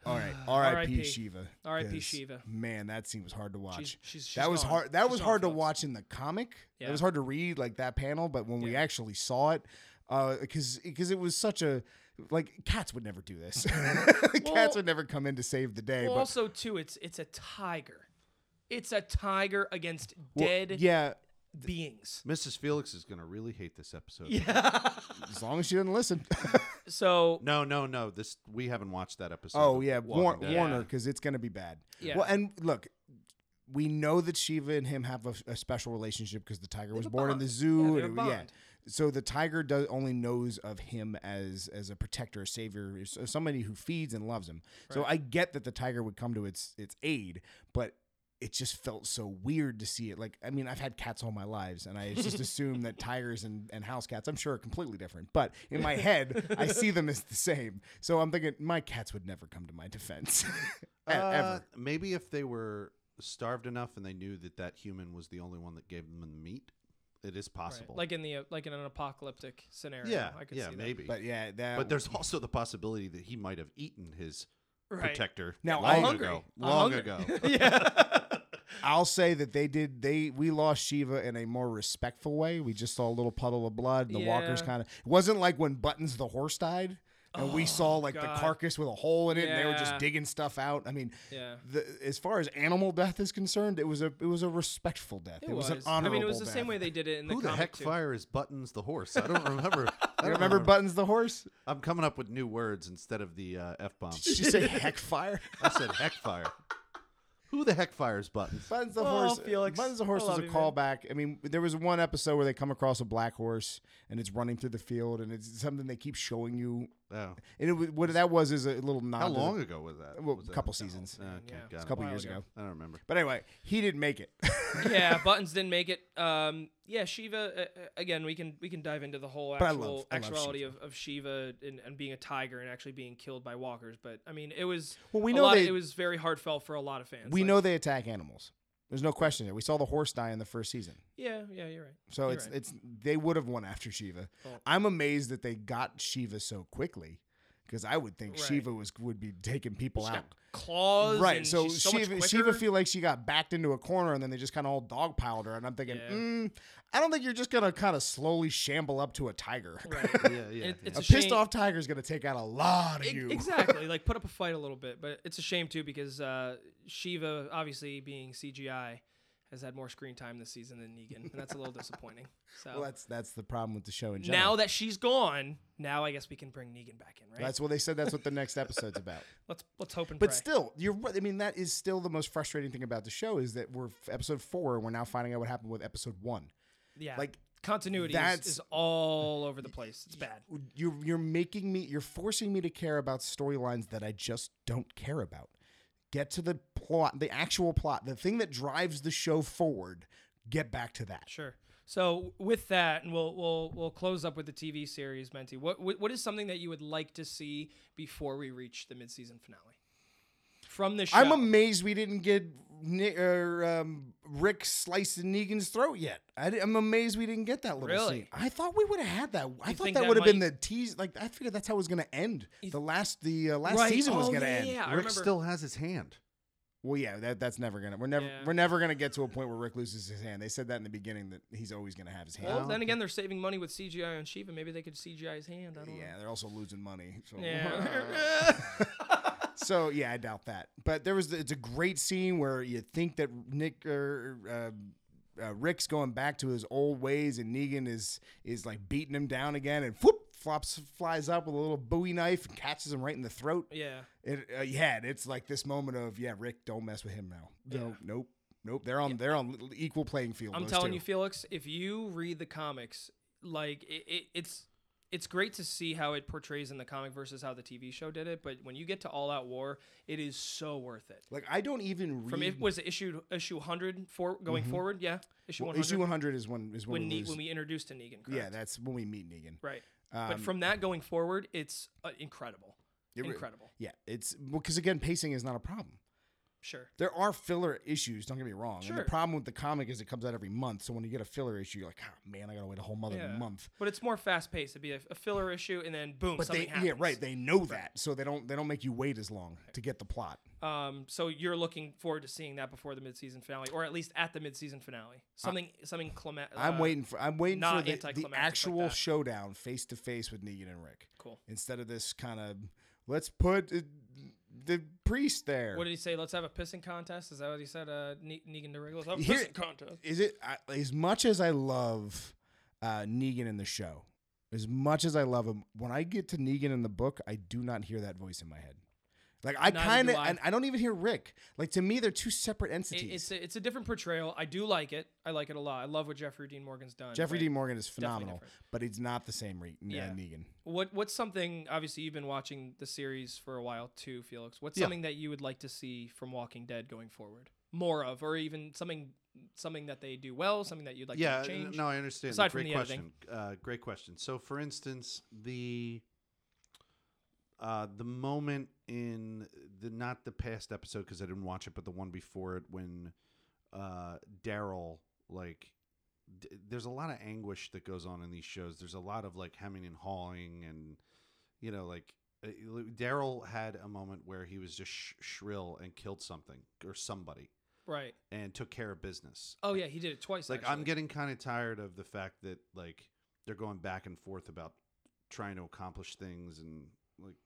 S5: All right, R.I.P.
S3: *sighs* R.I.P..
S5: Shiva.
S3: R.I.P.
S5: 'cause,
S3: Shiva.
S5: Man, that scene was hard to watch.
S3: She's- she's- she's
S5: that was
S3: gone.
S5: hard. That
S3: She's
S5: was
S3: gone,
S5: hard to
S3: folks.
S5: watch in the comic.
S3: Yeah.
S5: It was hard to read like that panel, but when we
S3: Yeah.
S5: actually saw it, because because it was such a like cats would never
S3: *laughs*
S5: do this. *laughs*
S3: Well-
S5: cats would never come in to save the day.
S3: Well,
S5: but
S3: also too, it's it's a tiger. It's a tiger against
S5: Well,
S3: dead
S5: yeah,
S3: beings.
S5: *laughs*
S3: *laughs*
S4: Mrs. Felix is gonna really hate this episode.
S5: as long as she
S3: *laughs*
S5: doesn't listen.
S3: So
S4: No, no, no. This we haven't watched that episode.
S5: Oh
S4: of
S5: yeah,
S4: Walking
S5: War-
S4: Dead.
S5: Warner, because it's gonna be bad.
S3: Yeah.
S5: Well, and look, we know that Shiva and him have a, a special relationship because the tiger was
S3: have a
S5: born in the
S3: bond.
S5: zoo.
S3: Yeah, they have
S5: and
S3: a
S5: yeah.
S3: bond.
S5: So the tiger does only knows of him as as a protector, a savior, s- uh, somebody who feeds and loves him. So I get that the tiger would come to its its aid, but. It just felt so weird to see it. Like, I mean, I've had cats all my lives, and I
S3: *laughs*
S5: just assume that tigers and, and house cats, I'm sure, are completely different. But in my head,
S3: *laughs*
S5: I see them as the same. So I'm thinking, my cats would never come to my defense. *laughs* E-
S4: Uh,
S5: ever.
S4: Maybe if they were starved enough and they knew that that human was the only one that gave them the meat, it is
S3: right,
S4: possible.
S3: like in the uh, like in an apocalyptic scenario,
S4: yeah,
S3: I could
S4: yeah,
S3: see
S4: maybe.
S5: But yeah, that.
S4: But there's also the possibility that he might have eaten his
S3: that. Right.
S4: protector
S5: Now,
S4: long
S5: I'm
S3: hungry.
S4: ago.
S3: I'm
S4: Long
S3: hungry. *laughs*
S4: ago.
S3: yeah.
S5: I'll say that they did. They we lost Shiva in a more respectful way. We just saw a little puddle of blood. And the walkers
S3: Yeah. Oh,
S5: kind of. It wasn't like when Buttons the horse died, and we saw like
S3: God.
S5: the carcass with a hole in it, and they were
S3: Yeah.
S5: just digging stuff out. I mean,
S3: Yeah.
S5: the, as far as animal death is concerned, it was a it was a respectful death. *laughs* It, was. an honorable.
S3: I mean, it was the same
S5: death.
S3: way they did it in the
S4: Who the
S3: comic
S4: heck
S3: too.
S4: fire is Buttons the horse? I don't
S5: *laughs*
S4: remember. I
S5: You
S4: don't *laughs*
S5: remember Buttons the
S3: *laughs*
S5: horse?
S4: I'm coming up with new words instead of the uh, f bomb.
S5: Did you say heck fire?
S4: I said heck fire. Who the heck fires buttons?
S5: *laughs* Buttons the
S3: Oh,
S5: horse.
S3: Felix,
S5: Buttons the
S3: I
S5: horse was
S3: love
S5: a
S3: you, man.
S5: callback. I mean, there was one episode where they come across a black horse and it's running through the field, and it's something they keep showing you
S4: Oh.
S5: And it was, what that was is a little nod.
S4: How
S5: to the-
S4: long ago was that?
S5: *laughs* Well,
S4: Was
S5: a
S4: that-
S5: couple seasons,
S4: Okay,
S3: Yeah.
S4: got
S5: a
S4: it.
S5: couple
S3: While
S5: years
S3: ago.
S5: ago.
S4: I don't remember.
S5: But anyway, he didn't make
S3: *laughs*
S5: it. *laughs*
S3: yeah, Buttons didn't make it. Um, yeah, Shiva. Uh, uh, again, we can we can dive into the whole
S5: I
S3: actual
S5: love- I love
S3: actuality of, of Shiva and, and being a tiger and actually being killed by walkers. But I mean, it was
S5: Well, we
S3: a
S5: know
S3: lot-
S5: they-
S3: it was very heartfelt for a lot of fans.
S5: we
S3: Like,
S5: know they attack animals. There's no question. There. We saw the horse die in the first season,
S3: Yeah, yeah, you're right.
S5: so
S3: You're
S5: it's
S3: right.
S5: it's they would have won after Shiva.
S3: Well-
S5: I'm amazed that they got Shiva so quickly, because I would think
S3: Right.
S5: Shiva was would be taking people
S3: She's
S5: out.
S3: got claws.
S5: Right,
S3: and
S5: so,
S3: she's so much
S5: Shiva,
S3: quicker.
S5: Shiva feel like she got backed into a corner, and then they just kind of all dogpiled her. And I'm thinking,
S3: Yeah.
S5: mm, I don't think you're just gonna kind of slowly shamble up to a tiger.
S3: *laughs* Right.
S5: *laughs*
S4: Yeah, yeah.
S3: It- it's
S5: a
S3: a
S5: pissed
S3: shame-
S5: off tiger is gonna take out a lot of
S3: Ex-
S5: you. *laughs*
S3: exactly. Like put up a fight a little bit, but it's a shame too because uh, Shiva, obviously being CGI, has had more screen time this season than Negan, and that's a little disappointing. So
S5: Well, that's that's the problem with the show in general.
S3: now that she's gone, now I guess we can bring Negan back in, right?
S5: That's what they said. That's what the next episode's *laughs* about.
S3: let's let's hope and
S5: But
S3: pray.
S5: still, you're. right. I mean, that is still the most frustrating thing about the show is that we're episode four. We're now finding out what happened with episode one.
S3: yeah,
S5: like,
S3: continuity is-
S5: that's-
S3: is all over the place. It's bad.
S5: You're you're making me. You're forcing me to care about storylines that I just don't care about. Get to the plot, the actual plot, the thing that drives the show forward. Get back to that.
S3: Sure. So with that, and we'll we'll we'll close up with the TV series, Menti. What what what is something that you would like to see before we reach the midseason finale from the show?
S5: I'm amazed we didn't get Ni- or, um, Rick slicing Negan's throat yet. I, am amazed we didn't get that little
S3: Really?
S5: scene. I thought we would have had that. I
S3: You
S5: thought
S3: think
S5: that,
S3: that
S5: would have been the
S3: might-
S5: tease. Like I figured that's how it was going to end. The last the uh, last
S3: right.
S5: season was
S3: Oh,
S5: going to
S3: yeah,
S5: end.
S3: Yeah, yeah. I
S4: Rick
S3: remember.
S4: still has his hand.
S5: Well, yeah, that, that's never gonna. We're never
S3: Yeah.
S5: we're never gonna get to a point where Rick loses his hand. They said that in the beginning that he's always gonna have his hand.
S3: Well, then again, they're saving money with CGI on Shiva. Maybe they could CGI his hand. I don't
S5: yeah, they're also losing money. So.
S3: know.
S5: *laughs*
S3: Yeah. *laughs*
S5: so yeah, I doubt that. But there was it's a great scene where you think that Nick or uh, uh, Rick's going back to his old ways, and Negan is is like beating him down again, and whoop flops flies up with a little Bowie knife and catches him right in the throat.
S3: yeah.
S5: It uh, yeah, and it's like this moment of yeah, Rick, don't mess with him now. No, nope, nope. They're on they're on equal playing field.
S3: I'm
S5: those
S3: telling
S5: two.
S3: you, Felix, if you read the comics, like it, it, it's it's great to see how it portrays in the comic versus how the TV show did it. But when you get to All Out War, it is so worth it.
S5: Like I don't even read
S3: From it was it issued issue 100 for going forward, yeah, issue
S5: Mm-hmm. well,
S3: 100
S5: issue 100 is when is when,
S3: when
S5: we
S3: ne-
S5: lose-
S3: when we introduced to Negan. Correct?
S5: yeah, that's when we meet Negan. Um,
S3: right. but from that going forward, it's uh, incredible,
S5: re-
S3: incredible.
S5: Yeah, it's because again, pacing is not a problem.
S3: Sure.
S5: There are filler issues. Don't get me wrong. And the
S3: Sure.
S5: problem with the comic is it comes out every month. So when you get a filler issue, you're like, oh, man, I gotta wait a whole mother
S3: Yeah.
S5: month.
S3: But it's more fast paced. It'd be a, a filler issue, and then boom,
S5: But
S3: something
S5: they
S3: happens.
S5: yeah right they know that, so they don't they don't make you wait as long to get the plot.
S3: Um, so you're looking forward to seeing that before the midseason finale, or at least at the midseason finale. Something, something. Clima-
S5: I'm
S3: uh,
S5: waiting for I'm waiting for
S3: not
S5: the, the
S3: anticlimactic like
S5: actual
S3: that.
S5: showdown face to face with Negan and Rick
S3: Cool.
S5: instead of this kind of let's put uh, the priest there.
S3: What did he say? Let's have a pissing contest. Is that what he said? Uh, ne- Negan DeRigo. Let's have a
S5: Here-
S3: pissing contest.
S5: is it I, as much as I love uh, Negan in the show, as much as I love him, when I get to Negan in the book, I do not hear that voice in my head. Like I
S3: Neither do
S5: kind of,
S3: I.
S5: and I don't even hear Rick. Like to me, they're two separate
S3: It-
S5: entities.
S3: it's a, it's a different portrayal. I do like it. I like it a lot. I love what Jeffrey Dean Morgan's done.
S5: Jeffrey
S3: but
S5: Dean Morgan is phenomenal,
S3: different.
S5: but he's not the same re- uh,
S3: Yeah.
S5: Negan.
S3: What what's something? Obviously, you've been watching the series for a while too, Felix. What's
S4: Yeah.
S3: something that you would like to see from Walking Dead going forward? More of, or even something something that they do well. Something that you'd like
S4: yeah,
S3: to
S4: n-
S3: change.
S4: no, I understand.
S3: Aside from
S4: great
S3: the
S4: question. Uh, great question. So, for instance, the uh, the moment in the not the past episode because I didn't watch it, but the one before it when uh, Daryl like. d- There's a lot of anguish that goes on in these shows. There's a lot of like hemming and hawing, and you know, like uh, Daryl had a moment where he was just sh- shrill and killed something or somebody
S3: Right.
S4: and took care of business.
S3: Oh yeah, he did it twice.
S4: It's like I'm
S3: actually.
S4: getting kind of tired of the fact that like they're going back and forth about trying to accomplish things and like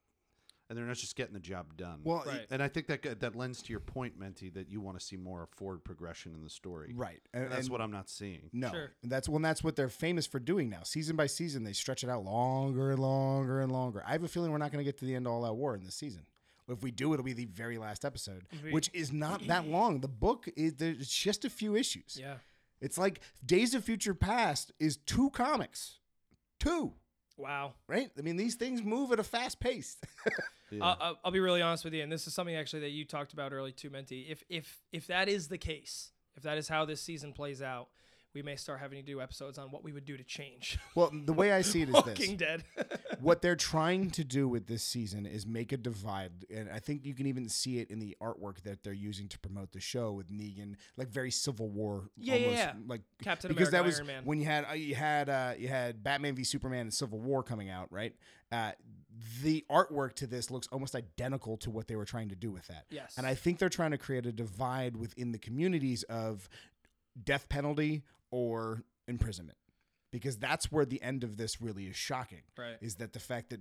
S4: and they're not just getting the job done.
S5: Well,
S3: Right.
S4: and I think that go- that lends to your point, Menti, that you want to see more forward progression in the story.
S5: right,
S4: And that's
S5: and-
S4: what I'm not seeing.
S5: No,
S3: Sure.
S5: that's well, that's what they're famous for doing now. Season by season, they stretch it out longer and longer and longer. I have a feeling we're not going to get to the end of all that war in this season. If we do, it'll be the very last episode, which is
S3: *clears throat*
S5: not that long. The book is there's it's just a few issues.
S3: Yeah.
S5: It's like Days of Future Past is two comics, two.
S3: Wow.
S5: right? I mean, these things move at a fast pace.
S3: I'll- I'll, I'll be really honest with you, and this is something actually that you talked about early too, Menti. If if if that is the case, if that is how this season plays out, we may start having to do episodes on what we would do to
S5: *laughs*
S3: change *laughs*
S5: well, the way I *laughs* see it is this.
S3: Walking Dead.
S5: what they're trying to do with this season is make a divide and i think you can even see it in the artwork that they're using to promote the show with negan like very civil war
S3: Yeah, yeah,
S5: almost
S3: yeah.
S5: like
S3: Captain
S5: because that
S3: America,
S5: was
S3: Iron Man.
S5: when you had uh, you had uh, you had batman v superman and civil war coming out right uh, the artwork to this looks almost identical to what they were trying to do with that
S3: Yes.
S5: and i think they're trying to create a divide within the communities of death penalty or imprisonment because that's where the end of this really is shocking
S3: Right.
S5: is that the fact that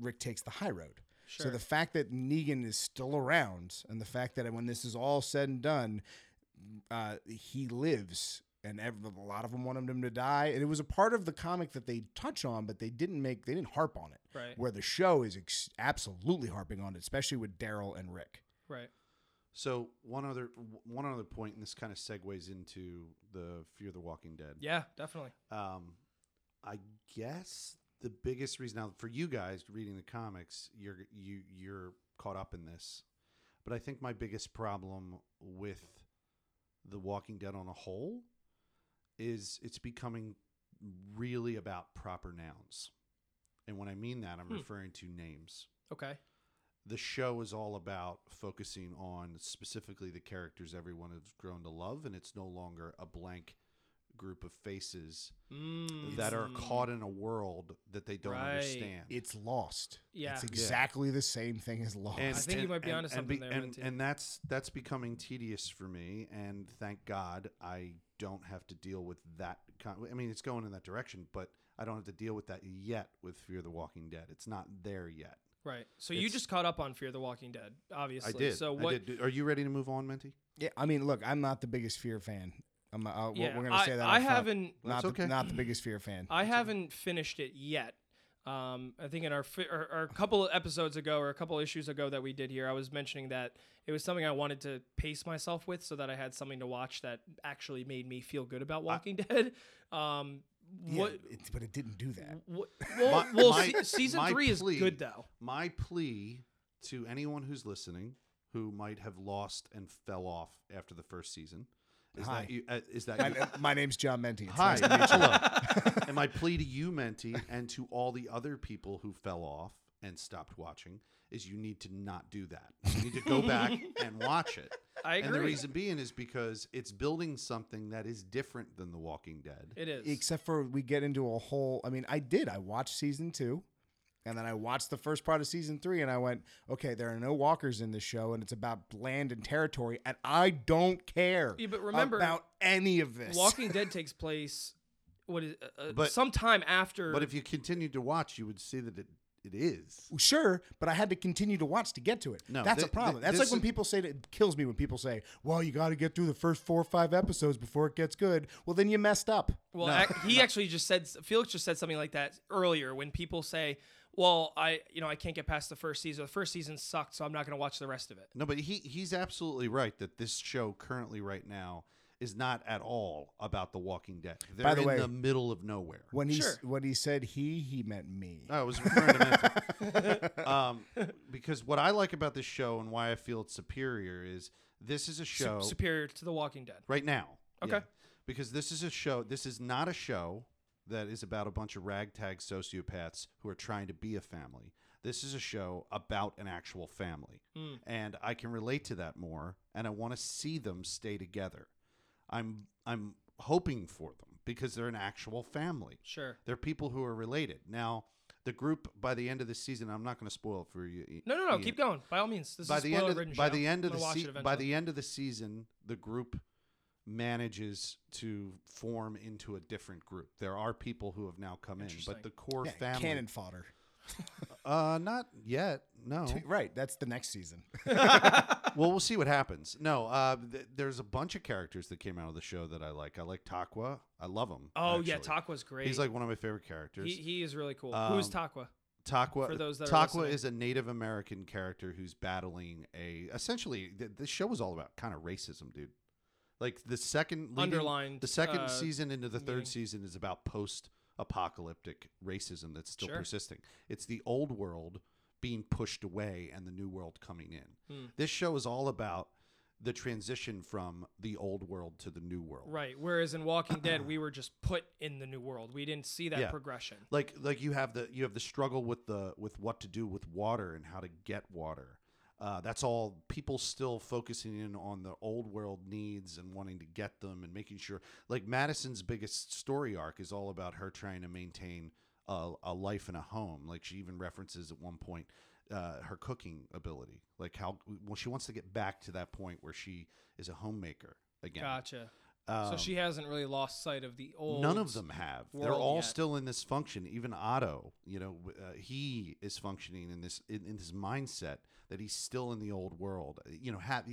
S5: rick takes the high road so
S3: Sure.
S5: the fact that negan is still around and the fact that when this is all said and done uh, he lives and ev a lot of them wanted him to die and it was a part of the comic that they touch on but they didn't make they didn't harp on it
S3: Right.
S5: where the show is ex- absolutely harping on it especially with daryl and rick
S3: right.
S4: So one other one other point, and this kind of segues into the Fear the Walking Dead.
S3: Yeah, definitely.
S4: Um, I guess the biggest reason now for you guys reading the comics, you're you you're caught up in this, but I think my biggest problem with the Walking Dead on a whole is it's becoming really about proper nouns, and when I mean that, I'm
S3: Hmm.
S4: referring to names
S3: Okay.
S4: the show is all about focusing on specifically the characters everyone has grown to love, and it's no longer a blank group of faces
S3: Mm.
S4: that are caught in a world that they don't
S3: Right.
S4: understand.
S5: it's lost
S3: Yeah.
S5: it's exactly the might be same thing as lost
S4: And-
S3: I think you
S4: and-
S3: might be
S4: and-
S3: onto
S4: and
S3: something
S4: be-
S3: there,
S4: and,
S3: Minty.
S4: and that's that's becoming tedious for me. And thank God I don't have to deal with that. Kind I mean, it's going in that direction, but I don't have to deal with that yet. With Fear the Walking Dead, it's not there yet.
S3: Right. So you
S4: It's-
S3: just caught up on Fear the Walking Dead, obviously.
S4: I did.
S3: So
S4: I
S3: what?
S4: did. Are you ready to move on, Menti?
S5: Yeah, I mean, look, I'm not the biggest Fear fan. I'm, uh, we're-
S3: Yeah,
S5: we're gonna
S3: I-
S5: say that.
S3: I
S5: up front.
S3: haven't-
S5: Not
S4: That's
S5: the,
S4: okay.
S5: not the biggest Fear fan.
S3: I haven't finished it yet. Um, I think in our, fi- or, or a couple of episodes ago or a couple of issues ago that we did here, I was mentioning that it was something I wanted to pace myself with so that I had something to watch that actually made me feel good about Walking *laughs* Dead. Um,
S5: Yeah,
S3: what?
S5: it- but it didn't do that.
S3: what well, well
S4: my-
S3: se- season
S4: my
S3: three
S4: plea-
S3: is good though.
S4: my plea to anyone who's listening who might have lost and fell off after the first season is
S5: Hi.
S4: that you, uh, is that you,
S5: My, my name's John Menti. It's
S4: hi
S5: nice to meet you. *laughs*
S4: hello. and my plea to you menti and to all the other people who fell off and stopped watching is you need to not do that you need to go
S5: *laughs*
S4: back and watch it
S3: I
S4: and the
S3: agree.
S4: reason being is because it's building something that is different than the walking dead
S3: It is.
S5: Except for we get into a whole. I mean, I did. I watched season two, and then I watched the first part of season three, and I went, okay, there are no walkers in this show, and it's about land and territory, and I don't care.
S3: Yeah, but remember-
S5: about any of this.
S3: Walking Dead takes place what is uh, uh,
S4: But-
S3: sometime after.
S4: but if you continued to watch you would see that it, it is
S5: Sure, but I had to continue to watch to get to it.
S4: No,
S5: that's
S4: thi-
S5: a problem.
S4: thi-
S5: that's
S4: this
S5: like when
S4: is-
S5: people say that it kills me when people say, "Well, you got to get through the first four or five episodes before it gets good." Well, then you messed up.
S3: Well, ac-
S4: *laughs*
S3: he actually just said Felix just said something like that earlier when people say, "Well, I you know I can't get past the first season. The first season sucked, so I'm not going to watch the rest of it."
S4: No, but he he's absolutely right that this show currently right now is not at all about The Walking Dead. They're
S5: By the
S4: in
S5: way-
S4: the middle of nowhere.
S5: When he
S3: Sure.
S5: when he said he, he meant me.
S4: I was referring to Mental. um, because what I like about this show and why I feel it's superior is this is a
S3: Su-
S4: show
S3: superior to The Walking Dead.
S4: right now.
S3: Okay.
S4: Because this is a show. This is not a show that is about a bunch of ragtag sociopaths who are trying to be a family. This is a show about an actual family, and I can relate to that more. And I want to see them stay together. I'm I'm hoping for them because they're an actual family.
S3: Sure.
S4: They're people who are related. Now, the group by the end of the season, I'm not going to spoil it for you. I-
S3: No, no, no.
S4: Ian
S3: Keep going. By all means, this
S4: by
S3: is
S4: the end of the,
S3: spoiler-ridden
S4: by
S3: show.
S4: the end of
S3: I'm
S4: the
S3: gonna watch
S4: se-
S3: it
S4: by
S3: eventually.
S4: the end of the season, the group manages to form into a different group. There are people who have now come in,
S3: Interesting.
S4: but the core
S5: Yeah,
S4: family,
S5: cannon fodder.
S4: uh, not yet.
S5: *laughs*
S4: No.
S5: Right, that's the next season. *laughs*
S4: well, we'll see what happens. No, uh, th- there's a bunch of characters that came out of the show that I like. I like Takwa. I love him.
S3: Oh yeah,
S4: actually.
S3: Takwa's great.
S4: He's like one of my favorite characters.
S3: he, he is really cool. Who's
S4: Um,
S3: Takwa?
S4: Takwa,
S3: for those that are
S4: Takwa
S3: listening.
S4: is a Native American character who's battling a essentially th- this show is all about kind of racism, dude. Like the second leading-
S3: Underlined,
S4: the second
S3: uh,
S4: season into the third
S3: meaning.
S4: season is about post apocalyptic racism that's still
S3: Sure.
S4: persisting. It's the old world being pushed away and the new world coming in.
S3: Hmm.
S4: This show is all about the transition from the old world to the new world.
S3: Right. Whereas in
S4: *clears throat*
S3: Walking Dead, we were just put in the new world. We didn't see that
S4: Yeah.
S3: progression.
S4: like like you have the you have the struggle with the with what to do with water and how to get water uh, that's all people still focusing in on the old world needs and wanting to get them and making sure like madison's biggest story arc is all about her trying to maintain a, a life and a home like she even references at one point uh, her cooking ability like how well she wants to get back to that point where she is a homemaker again
S3: Gotcha. so
S4: Um,
S3: she hasn't really lost sight of the old.
S4: None of them have. They're
S3: world
S4: all
S3: yet.
S4: still in this function. Even Otto, you know, w- uh, he is functioning in this in, in this mindset that he's still in the old world. Uh, You know, have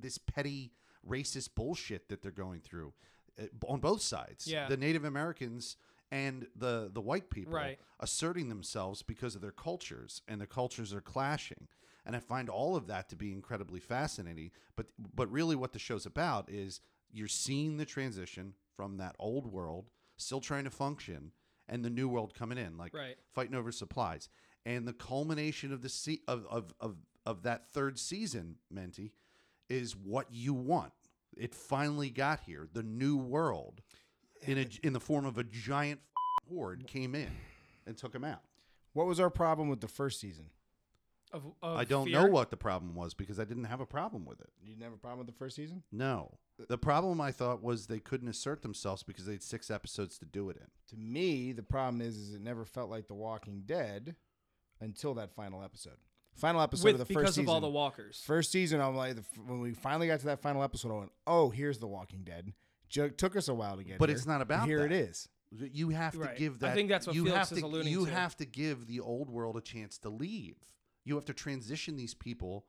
S4: this petty racist bullshit that they're going through uh, b- on both sides.
S3: Yeah.
S4: the Native Americans and the the white people
S3: Right.
S4: asserting themselves because of their cultures and their cultures are clashing and i find all of that to be incredibly fascinating but but really what the show's about is you're seeing the transition from that old world still trying to function and the new world coming in like
S3: Right.
S4: fighting over supplies and the culmination of the se- of, of of of that third season menti is what you want it finally got here the new world in a in the form of a giant f- horde came in and took him out.
S5: What was our problem with the first season?
S3: Of, of
S4: I don't
S3: fear.
S4: know what the problem was because I didn't have a problem with it.
S5: You didn't have a problem with the first season?
S4: No. The problem I thought was they couldn't assert themselves because they had six episodes to do it in.
S5: To me, the problem is, is it never felt like The Walking Dead until that final episode. Final episode
S3: With,
S5: of the first
S3: because
S5: season.
S3: of all the walkers.
S5: First season, I'm like, the, f- when we finally got to that final episode, I went, "Oh, here's The Walking Dead." Ju- took us a while to get,
S4: But
S5: here,
S4: it's not about
S5: Here
S4: that.
S5: it is.
S4: You have to
S3: Right.
S4: give
S3: I
S4: that.
S3: think that's what
S4: you
S3: Felix
S4: have
S3: is
S4: to,
S3: alluding
S4: You
S3: to.
S4: have to give the old world a chance to leave. You have to transition these people.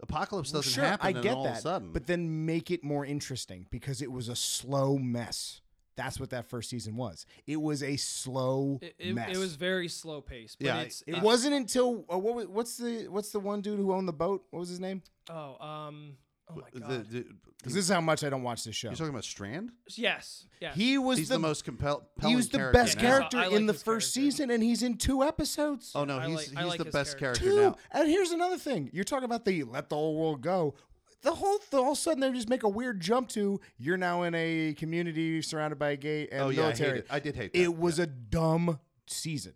S4: Apocalypse doesn't
S5: sure,
S4: happen.
S5: I
S4: and
S5: get
S4: all
S5: that,
S4: Of a sudden,
S5: but then make it more interesting because it was a slow mess. That's what that first season was. It was a slow
S3: It, it,
S5: mess.
S3: it was very slow paced. But
S4: Yeah, I-
S3: it's, uh,
S5: It
S3: it's-
S5: wasn't until uh, what was, what's the what's the one dude who owned the boat? What was his name?
S3: Oh, um. Oh my
S4: The-
S3: god.
S4: the-
S5: Because this is how much I don't watch this show.
S4: you're talking about Strand.
S3: yes. Yes.
S5: He was
S4: He's
S5: the,
S4: the, most compel- compelling.
S5: he was the
S4: character
S5: best
S4: now.
S5: character
S3: I like
S5: in the
S3: his
S5: first
S3: character.
S5: season, and he's in two episodes.
S4: Oh no,
S3: I
S4: he's
S3: like-
S4: he's
S3: I like
S4: the
S3: his
S4: best
S3: character.
S4: character,
S5: Two.
S4: now.
S5: And here's another thing: you're talking about the let the whole world go. The whole th- all of a sudden they just make a weird jump to you're now in a community surrounded by gay *laughs* and
S4: Oh yeah, I, hate
S5: military.
S4: it. I did hate that.
S5: It was
S4: yeah.
S5: a dumb season.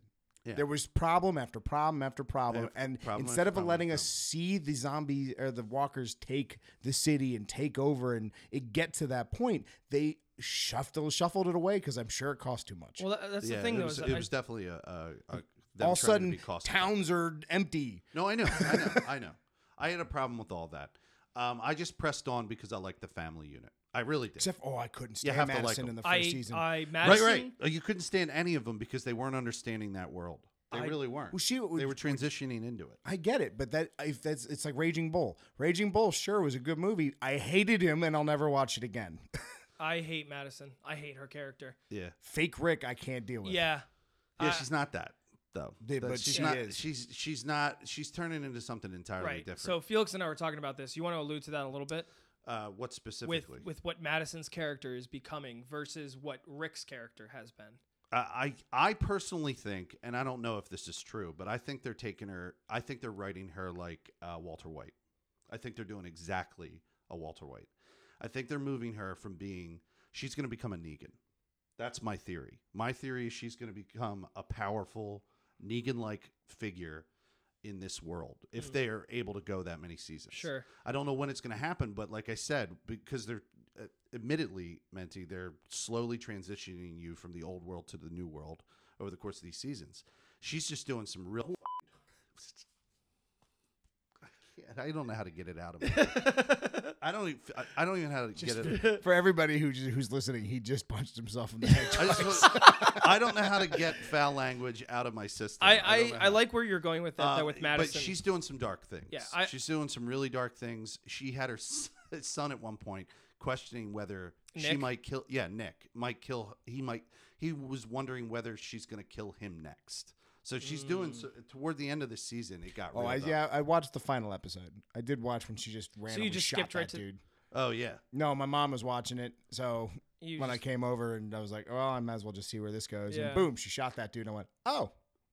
S4: Yeah.
S5: There was problem after problem after problem,
S4: Yeah,
S5: and
S4: problem
S5: instead
S4: after
S5: of
S4: problem
S5: letting
S4: after
S5: us see the zombies or the walkers take the city and take over, and it get to that point, they shuffled shuffled it away because I'm sure it cost too much.
S3: well, that, that's
S4: yeah,
S3: the thing
S4: it
S3: though.
S4: was,
S3: is that
S4: it
S3: I-
S4: was definitely a, a, a them
S5: All
S4: trying to
S5: of a sudden,
S4: be cost effective.
S5: towns are empty.
S4: No, I know, I know, I know. I had a problem with all that. Um, I just pressed on because I liked the family unit. I really did.
S5: Except, oh, I couldn't stand
S4: have to like
S5: Madison
S4: them.
S5: in the first
S3: I,
S5: season.
S3: I
S4: right,
S3: Madison,
S4: right. Uh, You couldn't stand any of them because they weren't understanding that world. They
S3: I-
S4: really weren't.
S5: Well, she-
S4: they were transitioning into it.
S5: I get it, but that if that's it's like Raging Bull. Raging Bull, sure, was a good movie. I hated him, and I'll never watch it again. *laughs*
S3: I hate Madison. I hate her character.
S4: Yeah,
S5: Fake Rick, I can't deal with.
S3: Yeah.
S4: yeah.
S3: I-
S4: she's not that though.
S5: Yeah,
S4: That-
S5: Uh, but
S4: she's
S5: she
S4: not.
S5: is.
S4: She's she's not. She's turning into something entirely
S3: Right.
S4: different.
S3: So Felix and I were talking about this. You want to allude to that a little bit
S4: uh, what
S3: with
S4: specifically?
S3: with what Madison's character is becoming versus what Rick's character has been.
S4: I I I personally think, and I don't know if this is true, but I think they're taking her. I think they're writing her like uh, Walter White. I think they're doing exactly a Walter White. I think they're moving her from being she's going to become a Negan. That's my theory. My theory is she's going to become a powerful Negan-like figure in this world if they are able to go that many seasons.
S3: Sure.
S4: I don't know when it's going to happen, but like I said, because they're uh, admittedly, Menti, they're slowly transitioning you from the old world to the new world over the course of these seasons. She's just doing some real. *laughs* I don't know how to get it out of me. I don't. Even, I- I don't even know how to get it.
S5: *laughs* it. For everybody who ju- who's listening, he just punched himself in the head.
S4: *laughs* I, just, I don't know how to get foul language out of my system.
S3: I
S4: don't
S3: I,
S4: know
S3: I
S4: how.
S3: like where you're going with that
S4: Uh,
S3: though with Madison.
S4: But she's doing some dark things.
S3: Yeah, I-
S4: she's doing some really dark things. She had her s- *laughs* son at one point questioning whether she
S3: Nick?
S4: might kill. Yeah, Nick might kill. He might. He was wondering whether she's going to kill him next. So she's doing
S3: Mm.
S4: so, toward the end of the season. It got.
S5: Oh, I,
S4: reeled up.
S5: yeah, I watched the final episode. I did watch when she just randomly
S3: just
S5: shot
S3: skipped
S5: that
S3: right to-
S5: dude.
S4: Oh yeah.
S5: No, my mom was watching it, so
S3: You
S5: when I
S3: just-
S5: came over and I was like, well, I might as well just see where this goes.
S3: Yeah.
S5: And boom, she shot that dude. And I went, oh,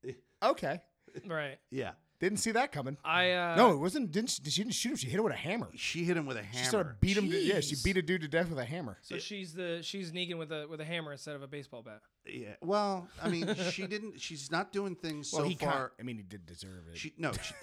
S4: Eh.
S5: okay.
S3: right.
S4: Yeah.
S5: Didn't see that coming.
S3: I uh,
S5: no, it wasn't. Didn't she, she didn't shoot him. She hit him with a hammer.
S4: She hit him with a hammer.
S5: She sort of beat him. To, yeah, she
S3: Jeez.
S5: beat a dude to death with a hammer.
S3: So she's the she's Negan with a with a hammer instead of a baseball bat.
S4: yeah. Well, I mean,
S5: *laughs*
S4: she didn't. She's not doing things
S5: well,
S4: so
S5: he
S4: far.
S5: Kind I mean, he did deserve it.
S4: She no. She,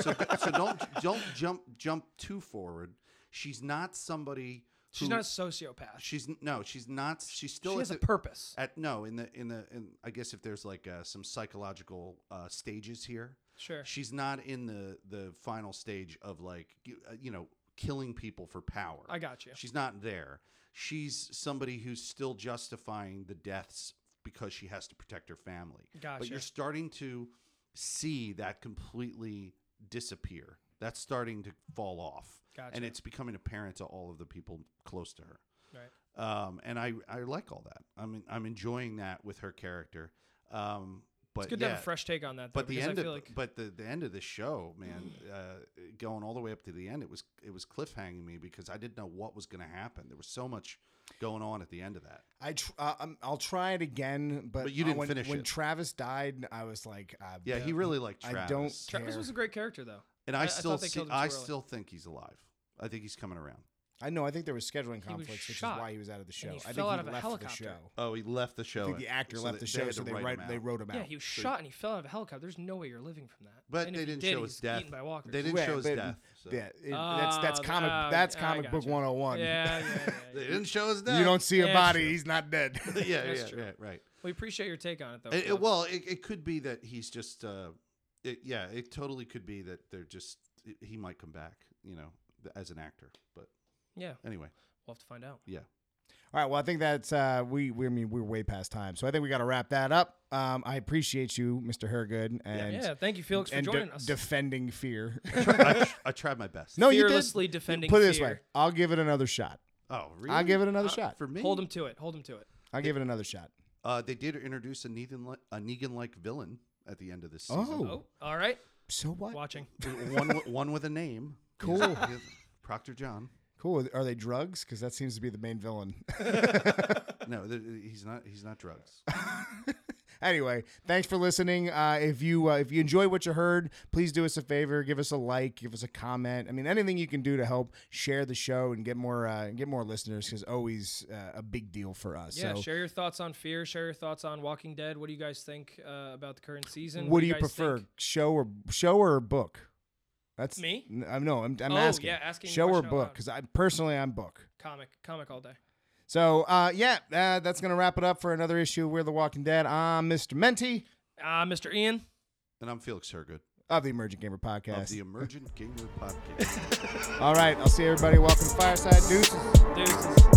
S4: so so don't don't jump jump too forward. She's not somebody.
S3: She's
S4: who-
S3: not a sociopath. She,
S4: She's no. She's not. She's still. at
S3: has a
S4: the-
S3: purpose.
S4: at no in the in the in, I guess if there's like uh, some psychological uh, stages here.
S3: Sure.
S4: She's not in the the final stage of like you, uh, you know killing people for power.
S3: I got you.
S4: She's not there. She's somebody who's still justifying the deaths because she has to protect her family. But
S3: Gotcha.
S4: you're starting to see that completely disappear. That's starting to fall off.
S3: Gotcha.
S4: And it's becoming apparent to all of the people close to her
S3: Right.
S4: um, and I, I like all that. I mean, I'm enjoying that with her character. Um, but
S3: It's good
S4: yeah,
S3: to have a fresh take on that. Though,
S4: But the
S3: because
S4: end
S3: I
S4: of
S3: feel like
S4: but the, the end of the show, man, uh, going all the way up to the end, it was it was cliffhanging me because I didn't know what was going to happen. There was so much going on at the end of that.
S5: I tr- uh, um, I'll try it again, but,
S4: But you
S5: uh,
S4: didn't
S5: when,
S4: finish
S5: when
S4: it.
S5: Travis died, I was like, uh,
S4: Yeah, he really liked
S5: I
S4: Travis.
S5: don't
S3: Travis
S5: care.
S3: was a great character though.
S4: and I,
S3: I- I
S4: still
S3: thought they
S4: see,
S3: killed him too
S4: I
S3: early.
S4: still think he's alive. I think he's coming around.
S5: I know. I think there was scheduling conflicts, which
S3: shot,
S5: is why he was out of the show.
S3: he
S5: I think
S3: fell
S5: he
S3: out of a
S5: left the
S3: helicopter.
S5: show.
S4: Oh, he left the show.
S5: I think the actor left the show, so they write, they wrote him out.
S3: Yeah, he was shot and he fell out of a helicopter. There's no way you're living from that.
S4: But
S3: And if
S4: they
S3: you
S4: didn't
S3: did,
S4: show
S3: he's
S4: his death.
S3: Eaten by walkers.
S4: They didn't
S5: Yeah,
S4: show his
S5: but-
S4: death. so-
S5: Yeah, it- that's that's
S3: Ah,
S5: comic
S3: ah,
S5: that's
S3: I
S5: comic book
S3: gotcha.
S5: 101.
S3: Yeah, yeah,
S4: *laughs*
S3: yeah, yeah.
S4: They didn't show his death.
S5: *laughs* You don't see a
S3: Yeah,
S5: body,
S3: true.
S5: he's not dead.
S4: *laughs* yeah,
S3: That's
S4: yeah,
S3: true.
S4: right, right.
S3: We appreciate your take on it though.
S4: It- it-
S3: Philip.
S4: well, it, it could be that he's just, uh, it, yeah, it totally could be that they're just, he might come back, you know, th- as an actor. But
S3: yeah,
S4: anyway,
S3: we'll have to find out.
S4: yeah.
S5: All right. Well, I think that's uh, we. We I mean we're way past time, so I think we got to wrap that up. Um, I appreciate you, Mr. Hergood, and
S3: yeah, thank you, Felix, for
S5: and de-
S3: joining us.
S5: defending
S3: *laughs*
S5: fear.
S4: I, I tried my best.
S5: no,
S3: Fearlessly
S5: you did.
S3: defending
S5: Put it this way,
S3: fear.
S5: I'll give it another shot.
S4: Oh, really?
S5: I'll give it another shot.
S4: For me,
S3: Hold him to it. Hold him to it.
S5: I'll give it another shot.
S4: Uh, they did introduce a Negan, li- a Negan-like villain at the end of this season.
S5: Oh,
S3: Oh, all right.
S5: so
S4: *laughs*
S5: what?
S3: Watching.
S4: one, wi- one with a name. Cool. Proctor John.
S5: Cool. Are they drugs? Because that seems to be the main villain. *laughs*
S4: No, th- he's not. He's not drugs.
S5: anyway, thanks for listening. Uh, if you uh, if you enjoy what you heard, please do us a favor, give us a like, give us a comment. I mean, anything you can do to help share the show and get more uh, get more listeners is always uh, a big deal for us.
S3: Yeah,
S5: so,
S3: share your thoughts on Fear. Share your thoughts on Walking Dead. What do you guys think uh, about the current season?
S5: what do you
S3: guys
S5: prefer,
S3: think?
S5: show or show or book? That's
S3: Me?
S5: N- I'm no, I'm, I'm
S3: Oh,
S5: asking.
S3: yeah, asking the
S5: show or
S3: question out
S5: book
S3: loud.
S5: because I personally I'm book.
S3: Comic, comic all day.
S5: So uh, yeah, uh, that's gonna wrap it up for another issue. of We're the Walking Dead. I'm Mr. Menti
S3: Uh, Mr. Ian.
S4: And I'm Felix Hergood
S5: of the Emergent Gamer
S4: of
S5: Podcast.
S4: the Emergent Gamer Podcast.
S5: All right, I'll see everybody. Welcome to Fireside Deuces.
S3: Deuces.